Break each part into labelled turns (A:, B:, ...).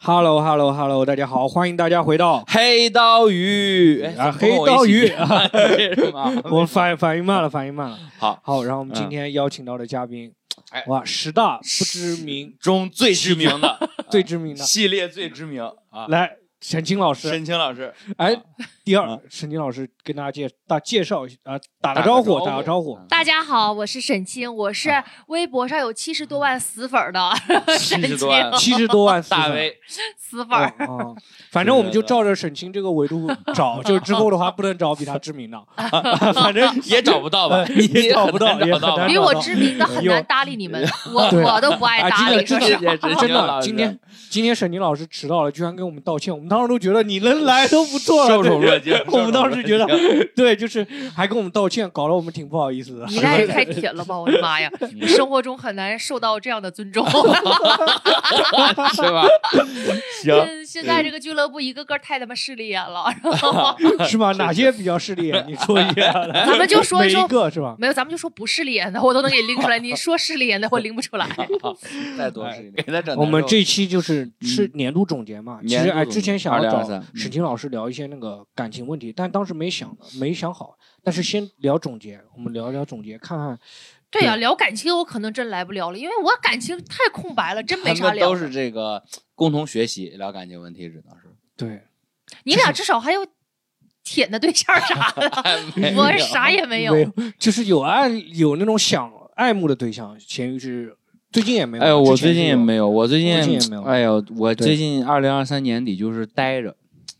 A: Hello，Hello，Hello，大家好，欢迎大家回到
B: 黑刀鱼，哎
A: 啊
B: 怎么跟我
A: 黑刀鱼
B: 一起对是吗？
A: 我反反应慢了，反应慢了。
B: 好，
A: 好，然后我们今
B: 嗯
A: 天邀请到的嘉宾
B: 哎，
A: 哇，十大不知名
B: 中最知名的
A: 最知名的，
B: 系列最知名啊，
A: 来沈清老师。
B: 沈清老 师
A: 哎，第二
B: 啊，
A: 沈清老师跟大家介大介绍一下啊，打个
B: 打个
A: 招呼，
B: 招
A: 打个
B: 呼
A: 招呼。
C: 大家好，我是沈清，我是微博上有七十多万死粉儿 的
B: 七
C: 沈
B: 十
C: 清，
B: 多万
A: 七十多万私
B: 大
A: 粉
B: V，
C: 死粉
A: 啊
C: 儿。
A: 啊，反正我们就照着沈清这个维度找，就是之后的话不能找比他知名的，反正
B: 也找 不到吧？
A: 呃也找不到
B: 也
A: 也
B: 很难
A: 很
B: 找到
A: 难
C: 比
A: 找
B: 吧。
C: 我知名的很难搭理你们，我
A: 对
C: 我都不爱
A: 啊，
C: 搭
A: 真的，。
C: 理是
A: 真
C: 不是
A: 的，真
B: 是沈清哦老
A: 的，
B: 师
A: 今天今天沈宁老师迟到了，居然跟我们道歉，我们当时都觉得你能来都不错了，
B: 受宠若惊，
A: 我们当时觉得
B: 受宠若惊
A: 对，就是还跟我们道歉，搞得我们挺不好意 思的。
C: 你那也太铁了吧！我的 妈呀，生活中很难受到这样的 尊重。
B: 是吧？行，
C: 嗯 现在这个俱乐部一个个太他妈势利眼了，然后
A: 是吗？哪些比较势利？ 你说一下 来，
C: 咱们就说一
A: 每一
C: 说。
A: 个是吧？
C: 没有，咱们就说不势利眼的，我都能给拎出来。你说势利眼的，我拎不出来。
B: 再多是一
A: 哎
B: 点给他整难受。
A: 我们这期就是是年度总结嘛，其
B: 嗯年
A: 实
B: 度
A: 哎，
B: 总
A: 之前
B: 结
A: 想要找
B: 2023
A: 沈清老师聊一些那
B: 嗯
A: 个感情问题，但当时没想没想好，但是先聊总结，我们聊一聊总结，看看
C: 对呀、聊感情我可能真来不了了，因为我感情太空白了，真没
B: 他
C: 啥
B: 们
C: 聊
B: 都
C: 的。
B: 是这个共同学习聊感情问题，只能 是
A: 对
C: 你俩至少还有舔的对象啥的，
B: 哎
C: 我是啥也没有。
A: 没有， 就是有爱有那种想爱慕的对象，咸鱼是最近也没有，
B: 哎，我
A: 之前
B: 最近
A: 是
B: 也没有，我最近，
A: 最近也没有
B: 哎呦，我
A: 对
B: 最近二零二三年底就是待着，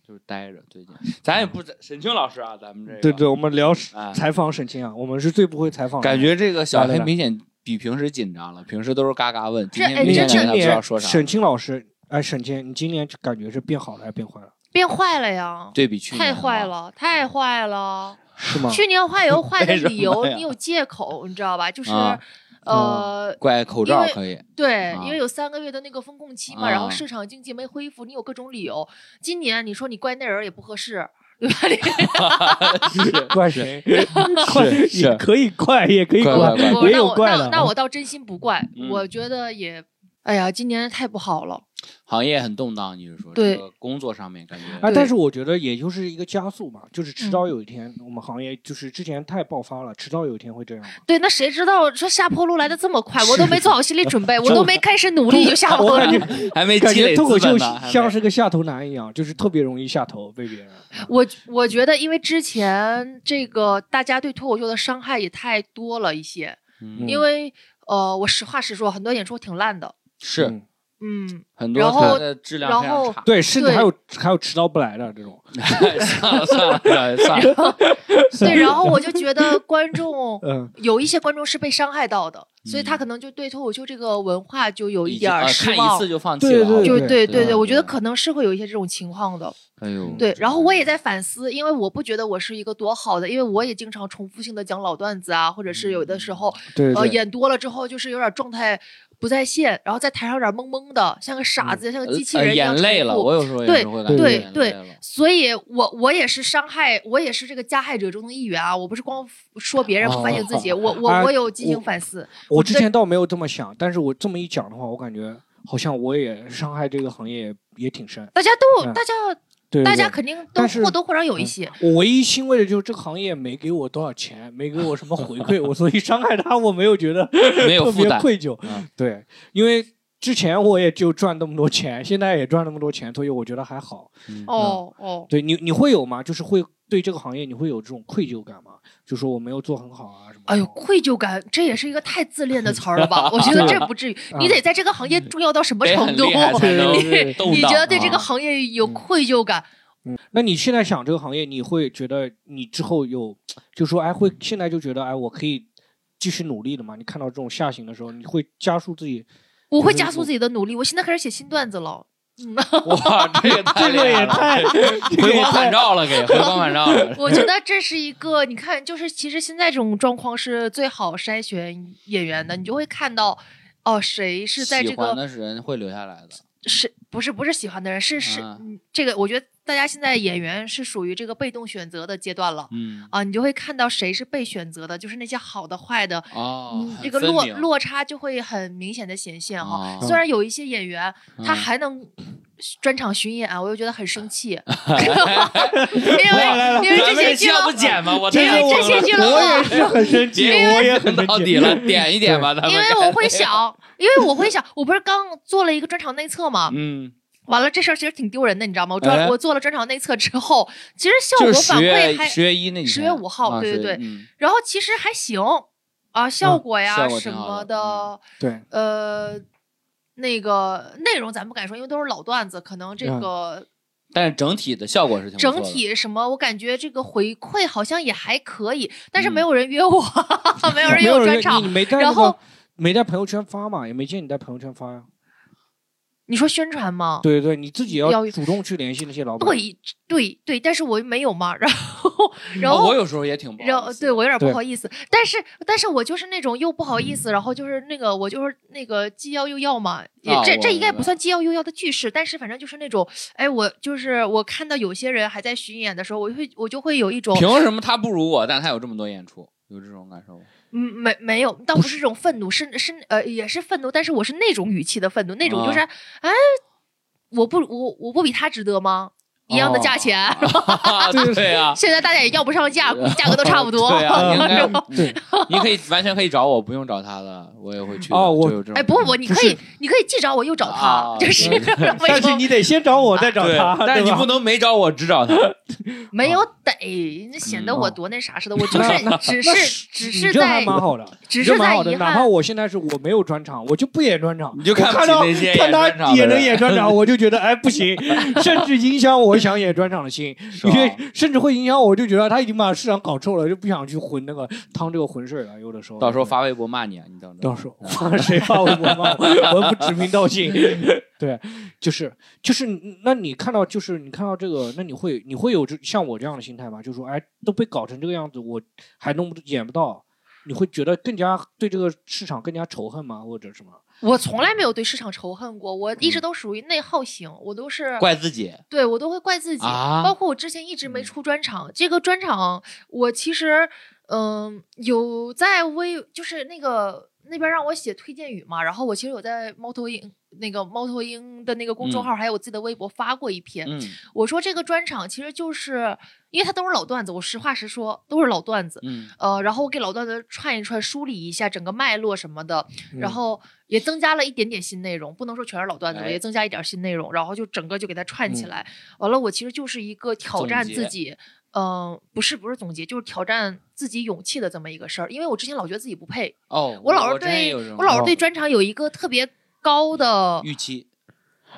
B: 就是待着。最近咱也不沈清老师啊，咱们这个
A: 嗯对对，我们聊
B: 啊，
A: 采访沈清啊，我们是最不会采访的，
B: 感觉这个小
A: 来来
B: 黑
A: 来
B: 明显比平时紧张了，平时都是嘎嘎问，今
C: 这哎
B: 天明显
C: 这
B: 他
A: 今
B: 不知道
A: 年
B: 说啥
A: 沈，清老师，哎，沈清，你今年感觉是变好了还是变坏了？
C: 变坏了呀，
B: 对比去年
C: 太坏
B: 啊，嗯
C: 了，太坏了。
A: 是吗？
C: 去年坏有坏 的
B: 为什么
C: 理由，
B: 呀
C: 你有借口，你知道吧？就是、
B: 啊
C: 呃，
B: 怪口罩
C: 因为
B: 可以，
C: 对，
B: 啊
C: 因为有三个月的那个封控期嘛，
B: 啊
C: 然后市场经济没恢复，你有各种理由。今年你说你怪那人也不合适，对吧？你
A: 怪谁？怪也
B: 是
A: 可以怪，也可以
B: 怪怪怪
C: 我
A: 也
C: 那
A: 有
C: 我
A: 怪
C: 那
A: 的。啊
C: 那我倒真心不怪，
B: 嗯
C: 我觉得也，哎呀，今年太不好了。
B: 行业很动荡，你是说
C: 对
B: 这个工作上面感
A: 啊，
B: 觉
C: 对
A: 但是我觉得也就是一个加速嘛，就是迟早有一天，我们行业就是之前太爆发了，迟早有一天会这样嘛。
C: 对，那谁知道这下坡路来的这么快？
A: 是
C: 我都没做好心理准 备，我都没开始努力就下
A: 我
C: 坡
A: 感
C: 了。
A: 觉
B: 还没
A: 感
B: 积
A: 觉
B: 累
A: 脱口
B: 资
A: 秀
B: 本呢，还
A: 像
B: 没
A: 是个下头男一样，就是特别容易下头被别人。
C: 我我觉得，因为之前这个大家对脱口秀的伤害也太多了一些，
B: 嗯
C: 因为呃，我实话实说，很多演出挺烂的，
B: 是
A: 嗯
C: 嗯，
B: 很多
C: 然
B: 它
C: 后
B: 的质量非
C: 然
B: 常
C: 后
B: 差，
A: 对，甚至
C: 对
A: 还有还有迟到不来的这种。
B: 算了 算了 算了算了，
C: 对，然后我就觉得观 众
A: 嗯，
C: 有一些观众是被伤害到的，所以他
B: 嗯
C: 可能就对脱口秀这个文化就有一
B: 已
C: 点
B: 经
C: 儿
B: 啊
C: 失
B: 看一
C: 望。
B: 次就放弃
A: 对
B: 了啊，
A: 对
C: 就
A: 对
C: 对对
B: 对
C: 对，我觉得
B: 对
C: 可能是会有一些这种情况的。
B: 哎呦，
C: 对，然后我也在反思，因为我不觉得我是一个多好的，因为我也经常重复性的讲老段子啊，或者是有的时候
A: 对
C: 呃
A: 对对。
C: 演多了之后就是有点状态不在线，然后在台上有点懵懵的，像个傻子，像个
B: 呃
C: 机器
B: 呃
C: 人一样
B: 眼
C: 重
B: 累了，
C: 复
B: 我有时候也
C: 对
B: 是会感觉
A: 对
B: 眼
C: 对
B: 累了
C: 所以我，我也是伤害，我也是这个加害者中的一员啊！我不是光说别人不反省自
B: 哦
C: 己，我我
A: 啊
C: 我有进
A: 我
C: 行反思。
A: 我之前倒没有这么想，但是我这么一讲的话，我感觉好像我也伤害这个行业也挺深。
C: 大家都
A: 嗯
C: 大家
A: 对，对
C: 大
A: 对
C: 家肯定都
A: 但是
C: 或多或少
B: 嗯
C: 有一些，
A: 我唯一欣慰的就是这个行业没给我多少钱，没给我什么回馈，我所以伤害他，我没有觉得
B: 没有
A: 特
B: 负
A: 别
B: 担，
A: 愧疚。
B: 嗯
A: 对，因为之前我也就赚那么多钱，现在也赚那么多钱，所以我觉得还好。
B: 嗯
C: 哦哦，
A: 对你，你会有吗？就是会对这个行业你会有这种愧疚感吗？就说我没有做很好啊什么的。
C: 哎呦，愧疚感，这也是一个太自恋的词儿 了吧？我觉得这不至于，
A: 啊
C: 你得在这个行业重要到什么
B: 嗯得
C: 程
B: 很
C: 度？
B: 厉害才能
A: 对
B: 动
C: 你觉得对这个
B: 啊
C: 行业有
A: 嗯
C: 愧疚感？
A: 嗯，那你现在想这个行业，你会觉得你之后有，就说哎，会现在就觉得哎，我可以继续努力的吗？你看到这种下行的时候，你会加速自己？
C: 我会
A: 就是
C: 加速
A: 我
C: 自己的努力，我现在开始写新段子了。
B: 哇，这 个太
A: 这个
B: 厉害
A: 也
B: 了
A: 太
B: 回光返照了，给回光返照了。
C: 我觉得这是一个，你看，就是其实现在这种状况是最好筛选演员的，你就会看到，哦，谁 是在这
B: 喜欢
C: 个
B: 的人会留下来的，
C: 是不是不是喜欢的人，是是、
B: 啊
C: 嗯这个，我觉得大家现在演员是属于这个被动选择的阶段了
B: 嗯，
C: 啊，你就会看到谁是被选择的，就是那些好的坏的，
B: 哦
C: 嗯，
B: 很
C: 这个
B: 分
C: 落
B: 明
C: 落差就会很明显的显现哈。
B: 哦
C: 虽然有一些演员他
B: 嗯
C: 还能专场巡演，啊我又觉得很 生气， 因为 因为这
B: 咱们这
C: 些俱
B: 期
C: 乐
B: 要
C: 部
B: 不剪吧，我
A: 这
C: 因为
A: 个
C: 哦这
A: 我
C: 些俱乐
A: 我也
C: 部。
A: 是很 生气，我也很生
B: 到
A: 气
B: 底。了，点一点吧，咱们。
C: 因为我会想，因为我会想，我不是刚做了一个专场内测嘛，
B: 嗯，
C: 完了这事儿其实挺丢人的，你知道吗？我专、
B: 哎
C: 我做了专场内测之后，其实效
B: 就
C: 果
B: 是
C: 反
B: 十月
C: 馈还，
B: 十月一那天
C: 10月5号
B: 啊
C: 对
B: 10
C: 对
B: 月
C: 对
B: 嗯
C: 然后其实还行啊，效
A: 嗯
C: 果呀、
B: 效果
C: 什
B: 挺好
C: 么
B: 的嗯
C: 的，
A: 对，
C: 呃，那个内容咱不敢说，因为都是老段子，可能这
A: 嗯
C: 个
B: 但是整体的效果是挺不错
C: 整
B: 的
C: 体什么，我感觉这个回馈好像也还可以，但是没
B: 嗯
C: 有人约我， 没有人
A: 没
C: 约
A: 有
C: 我专
A: 人
C: 场
A: 你。你没在那
C: 然
A: 个
C: 后
A: 没在朋友圈发嘛，也没见你在朋友圈发呀。
C: 你说宣传吗？
A: 对对，你自己要
C: 要
A: 主动去联系那些老板。
C: 对对对，但是我没有嘛，然后然
B: 哦
C: 后
B: 我有时候也挺不好意思
C: 然后对我有点不
A: 对
C: 好意思，但是但是我就是那种又不好意思，然后就是那个我就是那个既要又要嘛，也
B: 啊
C: 这
B: 我
C: 这应该
B: 明白
C: 不算既要又要的句式，但是反正就是那种，哎，我就是我看到有些人还在巡演的时候，我就会我就会有一种，
B: 凭什么他不如我，但他有这么多演出，有这种感 受吗？
C: 嗯，没没有，倒不是这种愤怒，是是呃也是愤怒，但是我是那种语气的愤怒，那种就是，
B: 啊
C: 哎，我不我我不比他值得吗？一样的价
B: 哦
C: 钱，
B: 对啊呀、
C: 现在大家也要不 上价，价格都差不多。
B: 对呀、
A: 嗯
B: 应该
A: 然后对，
B: 你可以完全可以找我，不用找他的，我也会去的。
A: 哦我
B: 就有这种
C: 哎，不，我你
A: 不
C: 可
A: 是嗯
C: 以，你可以既找我又找他
B: 啊，
C: 就是
B: 对
C: 为什
A: 但是
C: 么
A: 你得先找我，再找
B: 对
A: 他，，
B: 但是你
A: 对吧
B: 不能没找我，只 找他。
C: 没有得，那显得
A: 哦嗯
C: 我
A: 哦
C: 多那啥似的。我就是
A: 那
C: 只
A: 那
C: 是只
A: 你
C: 是
A: 这还
C: 在
A: 蛮好的，
C: 只
A: 你这
C: 是
A: 蛮
C: 在
A: 好的。
C: 遗
A: 哪怕
C: 憾，
A: 我现在是我没有专场，我就不演专场，
B: 你就
A: 我看
B: 不起
A: 到
B: 那些
A: 看
B: 演专场
A: 他
B: 的
A: 也能
B: 人
A: 演专场，我就觉得哎不 行，甚至影响我想演专场的心，
B: 是啊
A: 因
B: 吧
A: 为甚至会影响我，就觉得他已经把市场搞臭了，就不想去混那个趟这个浑水了。有的时候，
B: 到时候发微博骂你，啊，你等着。
A: 到时候谁发微博骂我，我不指名道 姓。对，就是就是，那你看到就是你看到这个，那你会你会有这像我这样的心态吗？就说哎，都被搞成这个样子，我还弄不演不到，你会觉得更加对这个市场更加仇恨吗？或者什么？
C: 我从来没有对市场仇恨过，我
A: 嗯
C: 一直都属于内耗型，我都是
B: 怪自己
C: 对我都会怪自己。哦
B: 啊
C: 包，括我之前一直没
B: 嗯
C: 出专场，这个专场我其实嗯有在微，就是那个那边让我写推荐语嘛，然后我其实有在猫头鹰那个猫头鹰的那个公众
B: 嗯
C: 号，还有我自己的微博发过一篇。
B: 嗯，
C: 我说这个专场其实就是因为它都是老段子，我实话实说都是老段子。
B: 嗯，
C: 呃，然后我给老段子串一串，梳理一下整个脉络什么的，然
A: 嗯
C: 后也增加了一点点新内容，不能说全是老段子，我
B: 哎
C: 也增加一点新内容，然后就整个就给它串起
B: 嗯
C: 来。完了，我其实就是一个挑
B: 总
C: 战
B: 结
C: 自己，嗯、不是不是总结，就是挑战自己勇气的这么一个事儿。因为我之前老觉得自己不配，
B: 哦，
C: 我老是
B: 我真也
C: 对
B: 有
C: 我
B: 这种
C: 老是对
A: 哦
C: 专场有一个特别高的，
B: 预期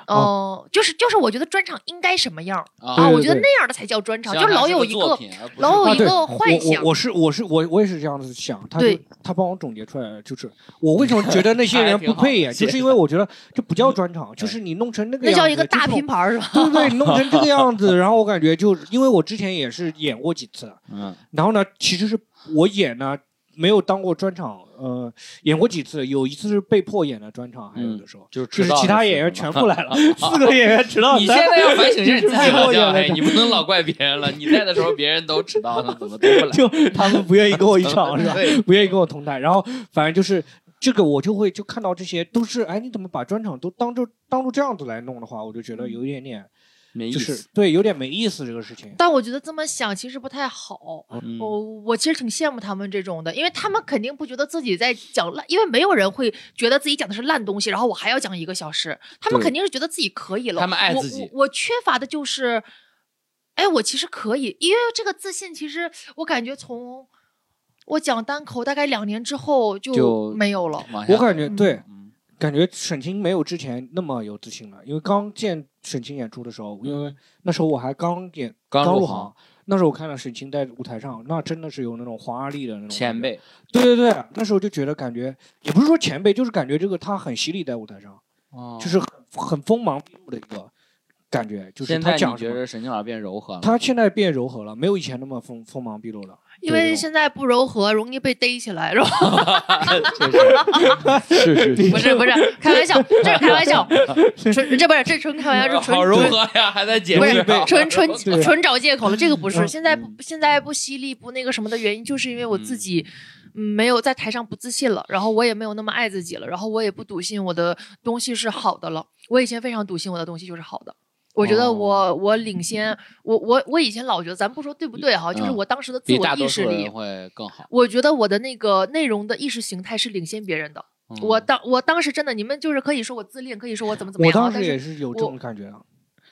C: 嗯、就是就是我觉得专场应该什么样儿
A: 对
C: 啊？
B: 啊，
C: 我觉得
A: 对
C: 那样的才叫专场，就老有一个
B: 作品，而不是
C: 老哦有
A: 啊
C: 一
A: 对
C: 个幻
A: 我
C: 想
A: 我。我是我是我我也是这样子想，他就
C: 对
A: 他帮我总结出来了，就是我为什么觉得那些
B: 还
A: 人
B: 挺
A: 不
B: 好
A: 配演，就
B: 谢谢
A: 是因为我觉得这不叫专场，就是你弄成那个
C: 那
A: 样子，
C: 叫一个大
A: 就是
C: 拼盘儿是吧？
A: 对对对，弄成这个样 子，然后我感觉就是因为我之前也是演过几次，
B: 嗯
A: 然后呢，其实是我演呢没有当过专场，呃，演过几次，有一次是被迫演的专场，还有的时候、
B: 就是
A: 就
B: 嗯迟
A: 是
B: 到
A: 其
B: 的
A: 他
B: 事
A: 演
B: 情
A: 员
B: 嘛
A: 全部来 了，四个演员迟到
B: 你
A: 三
B: 现
A: 个
B: 在要 反省一下你
A: 就
B: 自
A: 是 太
B: 己了
A: 过
B: 叫，
A: 演了
B: 哎，你不能老怪别人了。你在的时候，别人都迟到了，怎么都不来？
A: 就他们不愿意跟我一场是吧？
B: 对，
A: 不愿意跟我同台，然后反正就是这个，我就会就看到这些都是，哎，你怎么把专场都当做当做这样子来弄的话，我就觉得有一点点，
B: 嗯没意
A: 就是
B: 思。
A: 对，有点没意思这个事情。
C: 但我觉得这么想其实不太好。
B: 嗯
C: 我、我其实挺羡慕他们这种的，因为他们肯定不觉得自己在讲烂，因为没有人会觉得自己讲的是烂东西，然后我还要讲一个小时。他们
A: 对
C: 肯定是觉得自己可以了。
B: 他们爱
C: 我
B: 自己
C: 我我缺乏的就是，哎，我其实可以，因为这个自信，其实我感觉从我讲单口大概两年之后
B: 就
C: 就没有了。
B: 往下
A: 我感觉
C: 嗯
A: 对，
B: 哎嗯
A: 感觉沈清没有之前那么有自信了，因为刚见沈清演出的时候，因为那时候我还刚演
B: 嗯刚
A: 入
B: 入
A: 行
B: 行，
A: 那时候我看到沈清在舞台上，那真的是有那种黄阿丽的那种感觉
B: 前。辈，
A: 对对对，那时候就觉得感觉也不是说前辈，就是感觉这个他很犀利在舞台上，就
B: 就是
A: 很很锋芒毕露的一个感觉，就是
B: 现
A: 他
B: 在
A: 讲
B: 你
A: 什
B: 觉
A: 么。
B: 得沈清老师变柔 和了？
A: 他现在变柔和了，没有以前那么锋锋芒毕露了。
C: 因
A: 对
C: 为
A: 我
C: 现在不柔和，容易被逮起来，是吧？
B: 是是
C: 不是不是，开玩 笑，这是开玩笑，纯这不是这纯开玩笑，这纯
B: 嗯好柔和呀，还在解
C: 不
B: 释
C: 是
B: 啊，
C: 纯纯
A: 对
C: 纯找借口了，这个不是。
A: 嗯
C: 现在不现在不犀利不那个什么的原因，就是因为我自己
B: 嗯
C: 没有在台上不自信了，然后我也没有那么爱自己了，然后我也不笃信我的东西是好的了。我以前非常笃信我的东西就是好的。我觉
B: 哦
C: 得我、我领先，我我我以前老觉得，咱不说对不对哈，就是
B: 嗯
C: 我当时的自
B: 比
C: 我
B: 大
C: 意
B: 多
C: 识
B: 数
C: 里，
B: 人会更好。
C: 我觉得我的那个内容的意识形态是领先别人的。
B: 嗯
C: 我当我当时真的，你们就是可以说我自恋，可以说我怎么怎么
A: 我
C: 样啊，
A: 当时
C: 但
A: 也
C: 是
A: 是有这种感觉啊。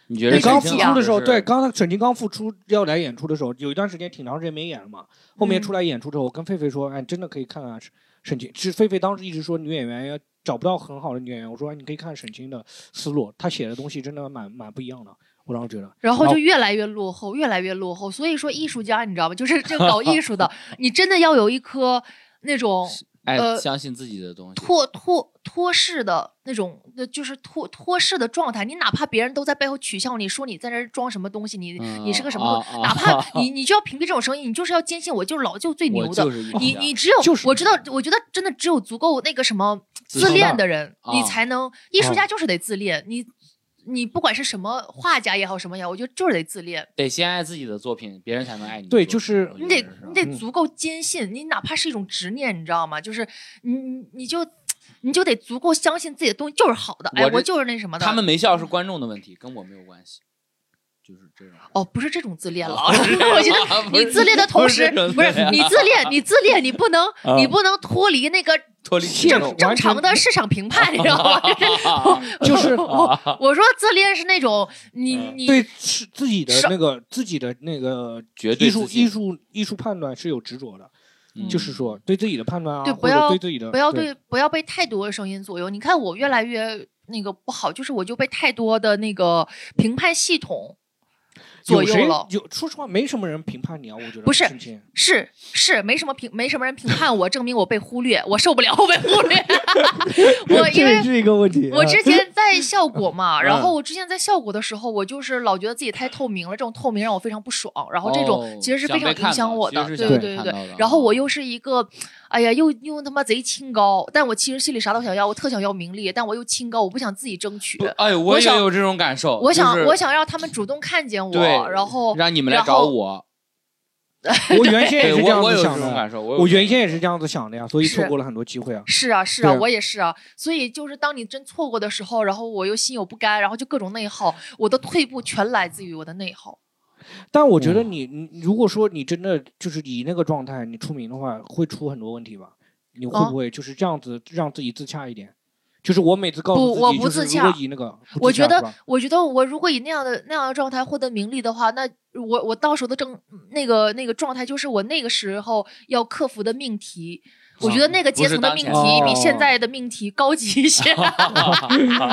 B: 你觉得
C: 那
B: 沈
A: 刚
C: 沈
A: 复
B: 清
C: 清
A: 出
B: 老
A: 的
B: 师
A: 时候，
B: 是
A: 对，，刚才沈清刚复出要来演出的时候，有一段时间挺长时间没演了嘛。后面
C: 嗯
A: 出来演出之后，我跟狒狒说：“哎，真的可以看看沈沈清。”是狒狒当时一直说女演员要找不到很好的女演员，我说哎你可以看沈清的思路，她写的东西真的蛮蛮不一样的。我当时觉得，
C: 然后就越来越落后，越来越落后。所以说，艺术家你知道吗？就是这个搞艺 术的，你真的要有一颗那种
B: 哎，
C: 呃
B: 相信自己的东西，
C: 脱脱脱世的那种，呃就是脱脱世的状态。你哪怕别人都在背后取笑你，说你在这儿装什么东西，你、你是个什么东西，
B: 嗯啊啊
C: 哪怕你你就要屏蔽这种声音，你就是要坚信我就是老舅最
B: 我
C: 牛的。
B: 就是一
C: 你
B: 样
C: 你只有、
A: 就是
C: 我知道，我觉得真的只有足够那个什么
B: 自
C: 自
B: 信
C: 恋的人，
B: 啊嗯
C: 你才能艺术家就是得自恋。你你不管是什么画家也好，什么也好，我觉得就是得自恋。
B: 得先爱自己的作品，别人才能爱你的作
A: 对
B: 品。
A: 就是
B: 我觉
C: 你
B: 得
C: 得
B: 是啊
C: 你得
A: 嗯
C: 足够坚信，你哪怕是一种执念，你知道吗？就是你你你就你就得足够相信自己的东西就是好的。哎
B: 我，这
C: 我就是那什么的。
B: 他们没笑是观众的问题，跟我没有关系，就是 这种。
C: 哦，不是这种自恋了，
B: 啊是
C: 我觉得
B: 不
C: 你
B: 是
C: 自恋的
B: 不
C: 同
B: 是
C: 时
B: 这种，
C: 不是
B: 自恋嗯
C: 你自恋，你自恋，你不能
B: 哦
C: 你不能脱离那个
B: 脱离
A: 这种
C: 正正
A: 完全
C: 常的市场评判，你知道吗？
B: 啊
A: 就是
C: 我我说自恋是那种你
B: 嗯
C: 你
A: 对是自己的
C: 是
A: 那个自己的那个
B: 绝对
A: 艺术
B: 自信
A: 艺术艺术判断是有执着的，
B: 嗯
A: 就是说对自己的判断啊，
C: 嗯对不
A: 或者
C: 要
A: 对自己的
C: 不要
A: 对
C: 对不要被太多的声音左右。你看我越来越那个不好，就是我就被太多的那个评判系统左
A: 有谁
C: 右了。
A: 有说实话，没什么人评判你啊，我觉得
C: 不是
A: 沈清
C: 是是，没什么评，没什么人评判我，证明我被忽略，我受不了我被忽 略。我因为
A: 是一个问题
C: 我之前在效果嘛，
B: 嗯
C: 然后我之前在效果的时候，我就是老觉得自己太透明了，这种透明让我非常不爽，然后这
B: 哦
C: 种其实是非
B: 想
C: 常
B: 被看
C: 影响
B: 到
C: 我的，
B: 其实
C: 对
B: 是想被
C: 对对
B: 看
C: 对
B: 到的
C: 对。然后我又是一个，哎呀，又又他妈贼清高，但我其实心里啥都想要，我特想要名利，但我又清高，我不想自己争取
B: 不，哎，
C: 我
B: 也
C: 想
B: 有这种感受。
C: 我想、
B: 就是
C: 我想让他们主动看见
B: 对
C: 我，然后
B: 让你们来
C: 然
B: 找
C: 后
B: 我，
A: 啊我原先也
B: 对
A: 是这样
B: 我我
A: 子
B: 有
A: 想
B: 这种
A: 的，
B: 感受，我有
A: 我
B: 这种
A: 原先也是这样子想的呀，所以
C: 是
A: 错过了很多机会啊。
C: 是啊，是啊，
A: 对啊
C: 我也是啊。所以就是当你真错过的时候，然后我又心有不甘，然后就各种内耗，我的退步全来自于我的内耗。
A: 但我觉得
B: 嗯
A: 你你如果说你真的就是以那个状态你出名的话，会出很多问题吧？你
C: 哦
A: 会不会就是这样子让自己自洽一点？就是我每次告诉
C: 不我
A: 自己，就
C: 不
A: 是
C: 自
A: 如果
C: 洽
A: 以那个，不
C: 我
A: 自
C: 觉
A: 洽是
C: 得
A: 吧，
C: 我觉得我如果以那样的那样的状态获得名利的话，那我我到时候的正那个那个状态就是我那个时候要克服的命题。我觉得那个阶层的命
A: 哦不是
C: 题
A: 当前哦
C: 比现在的命题高级 一些。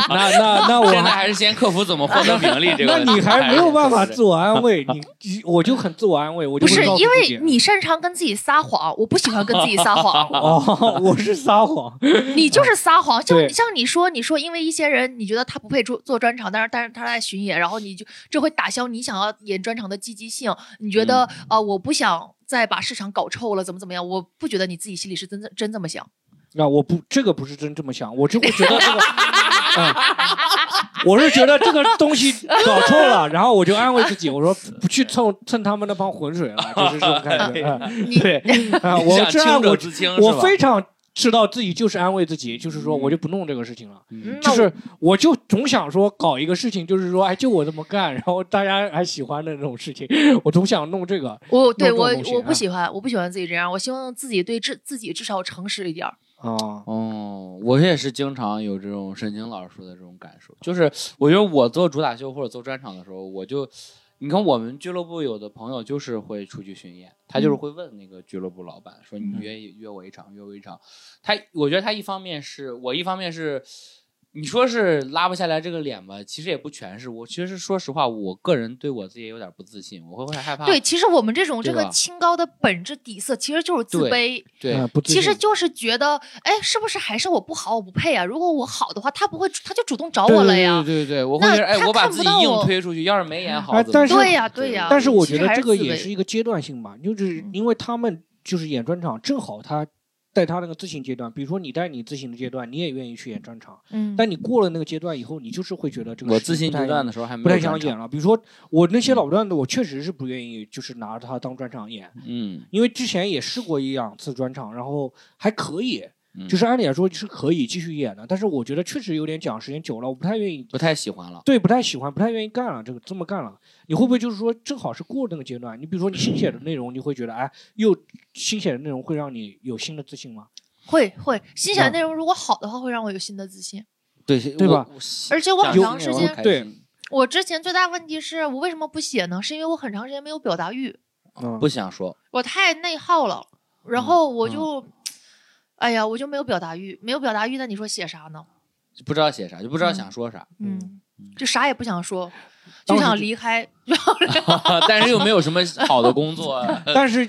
A: 那那那我
B: 现在
A: 还。
B: 还是先克服怎么获得名利这个
A: 那
B: 问题。
A: 你还没有办法自
B: 做，
A: 我安慰，你你我就很自我安慰，我就
C: 不
A: 会
C: 是
A: 告诉
C: 因
A: 自己
C: 为你擅长跟自己撒谎，我不喜欢跟自己撒谎。
A: 哦，我是撒谎，
C: 你就是撒谎，
A: 对
C: 像像你说，你说因为一些人，你觉得他不配做做专场，但是但是他在巡演，然后你就这会打消你想要演专场的积极性。你觉得啊、呃我不想再把市场搞臭了，怎么怎么样？我不觉得你自己心里是真真这么想。
A: 那我不，这个不是真这么想，我就会觉得这个，嗯，我是觉得这个东西搞错了，然后我就安慰自己，我说不去蹭蹭他们那帮浑水了，就是这种感觉。 嗯、对，啊、我
B: 想
A: 这
B: 清
A: 样
B: 者
A: 我
B: 自清，是
A: 我
B: 吧
A: 非常知道自己就是安慰自己，就是说我就不弄这个事情了。
B: 嗯
C: 那
A: 就
C: 我
A: 是，我就总想说搞一个事情，就是说，哎，就我这么干，然后大家还喜欢的那种事情，我总想弄这个
C: 我对
A: 弄这
C: 我
A: 种东西
C: 我不
A: 啊
C: 喜欢，我不喜欢自己这样。我希望自己对自自己至少诚实一点儿。
A: 啊。
B: 哦，我也是经常有这种沈清老师说的这种感受，就是我觉得我做主打秀或者做专场的时候，我就，你看我们俱乐部有的朋友就是会出去巡演，他
A: 嗯
B: 就是会问那个俱乐部老板说你
C: 嗯
B: 约一约我一场，约我一场。他我觉得他一方面是我一方面是，你说是拉不下来这个脸吧，其实也不全是我，其实说实话，我个人对我自己也有点不自信，我会会害怕。
C: 对，其实我们这种
B: 啊对
C: 这个
B: 吧
C: 清高的本质底色，其实就是自
B: 对
C: 卑。
B: 对，
A: 嗯不自
C: 其实
A: 信
C: 就是觉得，哎，是不是还是我不好，我不配啊？如果我好的话，他不会，他就主动找
A: 对
C: 我了
A: 对
C: 呀。
B: 对对对，我会
C: 那
B: 觉得哎，
C: 他
B: 我把
C: 看
B: 自
C: 不
B: 己
C: 到
B: 硬
C: 我
B: 推出去，要是没演好
A: 哎
B: 怎么
A: 但
B: 办，
A: 是
C: 对呀对呀
A: 但是我觉
C: 其实
A: 得
C: 还
A: 这
C: 是
A: 个
C: 自
A: 也
C: 卑
A: 是一个阶段性吧，就是
C: 嗯
A: 因为他们就是演专场，正好他带他那个自省阶段，比如说你带你自省的阶段，你也愿意去演专场，
C: 嗯，
A: 但你过了那个阶段以后，你就是会觉得这个
B: 我
A: 事
B: 自信
A: 不太
B: 阶段的时候还没
A: 不太
B: 有专
A: 想
B: 场嗯
A: 演了。比如说我那些老段子，我确实是不愿意就是拿它当专场演，
B: 嗯
A: 因为之前也试过一两次专场，然后还可以
B: 嗯，
A: 就是按理来说是可以继续演的，但是我觉得确实有点讲时间久了，我不太愿意，
B: 不太喜欢了。
A: 对，不太喜欢，不太愿意干了，这个这么干了，你会不会就是说正好是过那个阶段？你比如说你新写的内容，你会觉得哎，又新写的内容会让你有新的自信吗？
C: 会会新鲜的
A: 嗯
C: 内容如果好的话，会让我有新的自信。
B: 对
A: 对吧？
B: 我我
C: 而且我
B: 讲
C: 很
B: 这
C: 长
B: 个
C: 时
B: 我
C: 间
B: 很开
A: 对
B: 心
C: 我之前最大问题是我为什么不写呢？是因为我很长时间没有表达欲，
A: 嗯，
B: 不想说，
C: 我太内耗了，然后我就，哎呀，我就没有表达欲，没有表达欲，那你说写啥呢？
B: 就不知道写啥，就不知道想说啥，
C: 嗯
A: 嗯，
C: 就啥也不想说，
A: 当
C: 就
A: 时
C: 想
A: 就
C: 离开。
B: 但是又没有什么好的工作啊。
A: 但 是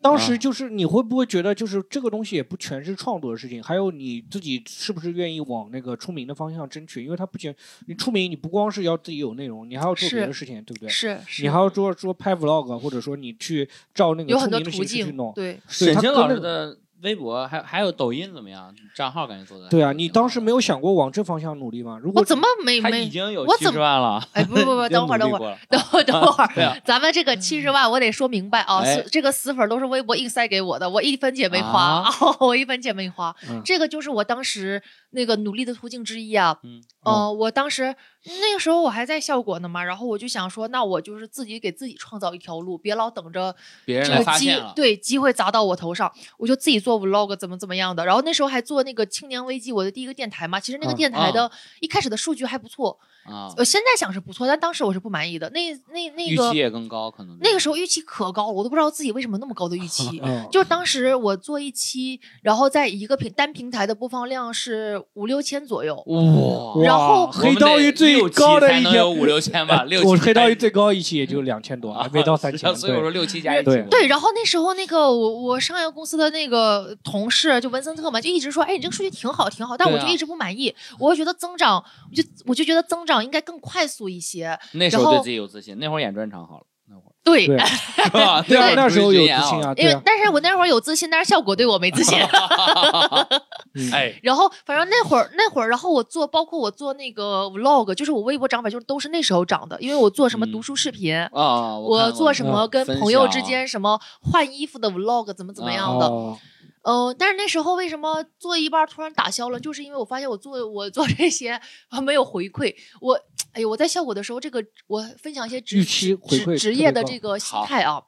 A: 当
B: 啊
A: 时就是你会不会觉得，就是这个东西也不全是创作的事情，还有你自己是不是愿意往那个出名的方向争取？因为它不仅你出名，你不光是要自己有内容，你还要做别
C: 是
A: 的事情，对不对？
C: 是是
A: 你，还要做说拍 vlog，或者说你去照那个
C: 有很
A: 出
C: 多
A: 名的
C: 途
A: 形式去
C: 径
A: 弄。。
C: 对，
A: 对
B: 沈
A: 他
B: 星
A: 跟
B: 老
A: 那个
B: 师的微博还还有抖音怎么样？账号感觉做的
A: 对啊，你当时没有想过往这方向努力吗？如
C: 我
A: 果
C: 怎么没
B: 他已
C: 哎没？
B: 经有
C: 我
B: 七
C: 怎
B: 十万了，
C: 哎，不不不， 等会儿等会儿。
B: 儿，
C: 等会儿等会
B: 对 啊
C: 儿，咱们这个七十万我得说明白啊，
B: 哎
C: 是这个死粉都是微博硬塞给我的，我一分钱没花， 哦
B: 啊
C: 我一分钱没花，
A: 嗯
C: 这个就是我当时那个努力的途径之一啊。
B: 嗯
C: 呃，我当时那个时候我还在效果呢嘛，然后我就想说，那我就是自己给自己创造一条路，别老等着
B: 别人
C: 这
B: 来
C: 个
B: 发
C: 机
B: 现了，
C: 对机会砸到我头上，我就自己做 vlog 怎么怎么样的。然后那时候还做那个青年危机，我的第一个电台嘛，其实那
A: 啊。
C: 个电台
B: 啊
C: 的一开始的数据还不错，
B: 啊，
C: 我现在想是不错，但当时我是不满意的。那那呃那
B: 预
C: 个
B: 期也更高，可能
C: 那个时候预期可高了，我都不知道自己为什么那么高的预期
A: 嗯
C: 就是当时我做一期，然后在一个平单平台的播放量是五六千左右，
B: 哇，
A: 哇
C: 然后
B: 我
A: 黑
B: 们
A: 道
B: 得
A: 一最
B: 六期
A: 高的
B: 才
A: 一
B: 能
A: 天
B: 有五六 千吧，六
A: 我
B: 七
A: 黑道一
B: 千
A: 最高一期也就两 千多，还没到三千。
B: 啊所以我
A: 对
B: 说六七加一起
A: 对
C: 对，然后那时候那个我我上一个公司的那个同事就文森特嘛，就一直说，哎，你这个数据挺好挺好，但
B: 对
C: 我
B: 啊
C: 就一直不满意，我就觉得增长，我就我就觉得增长应该更快速一些，
B: 那时候对自己有自信，那会儿演专场好了， 那会儿
C: 对，
A: 对
B: 是吧？
A: 对啊，
B: 会儿
A: 那时候有
B: 出去巡演
A: 自
B: 好
A: 信
B: 了，
A: 啊，
C: 因
A: 对
C: 为
A: 啊，
C: 但是我那会儿有自信，但是效果对我没自信，
A: 嗯
B: 哎，
C: 然后反正那会儿那会儿，然后我做包括我做那个 vlog，就是我微博涨粉就是都是那时候涨的，因为我做什么
B: 嗯
C: 读书视频。
B: 啊，
C: 我
B: 看
C: 做什么
B: 嗯
C: 跟
B: 分
C: 朋友
B: 享啊
C: 之间什么换衣服的 vlog 怎么怎么样的，
A: 哦，
C: 嗯、但是那时候为什么做一半儿突然打
A: 嗯
C: 消了？就是因为我发现我做我做这些啊没有回馈。我哎呦，我在效果的时候，这个我分享一些职
A: 预期回
C: 职
A: 馈
C: 职
A: 特别
C: 业的
A: 高
C: 这个心
B: 好
C: 态啊。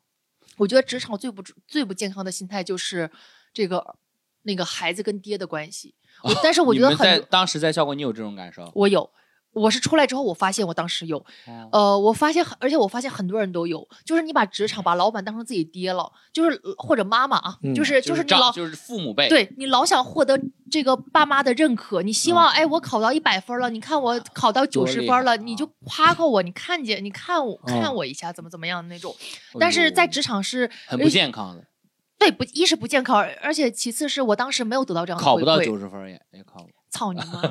C: 我觉得职场最不最不健康的心态就是这个那个孩子跟爹的关系。
A: 啊
C: 我 但是我
B: 你
C: 觉得
B: 们
C: 很
B: 在当时在效果，你有这种感受？
C: 我有。我是出来之后，我发现我当时有，呃，我发现很，而且我发现很多人都有，就是你把职场、把老板当成自己爹了，就是或者妈妈啊，
A: 嗯
C: 就是
B: 就是
C: 你
B: 丈
C: 老
B: 就是父母辈，
C: 对你老想获得这个爸妈的认可，你希望、哎，我考到一百分了，你看我考到
B: 嗯
C: 九
B: 啊多
C: 十
B: 厉
C: 分了，
B: 害
C: 你
B: 啊
C: 就夸夸我，你看见，你看我、看
A: 嗯
C: 我一下，怎么怎么样的那种。
B: 哎
C: 但是
B: 呦
C: 在职呃场是
B: 很不健康的，
C: 对不，一是不健康，而且其次是我当时没有得到这样的
B: 考
C: 回
B: 不到
C: 馈
B: 九十分儿也也考不。
C: 操你 妈！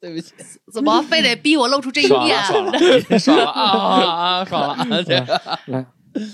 B: 对不起，
C: 怎么非得逼我露出这一
B: 爽
C: 面
B: 了？爽 了爽了啊啊啊！爽了，对，
C: 呃
A: 来，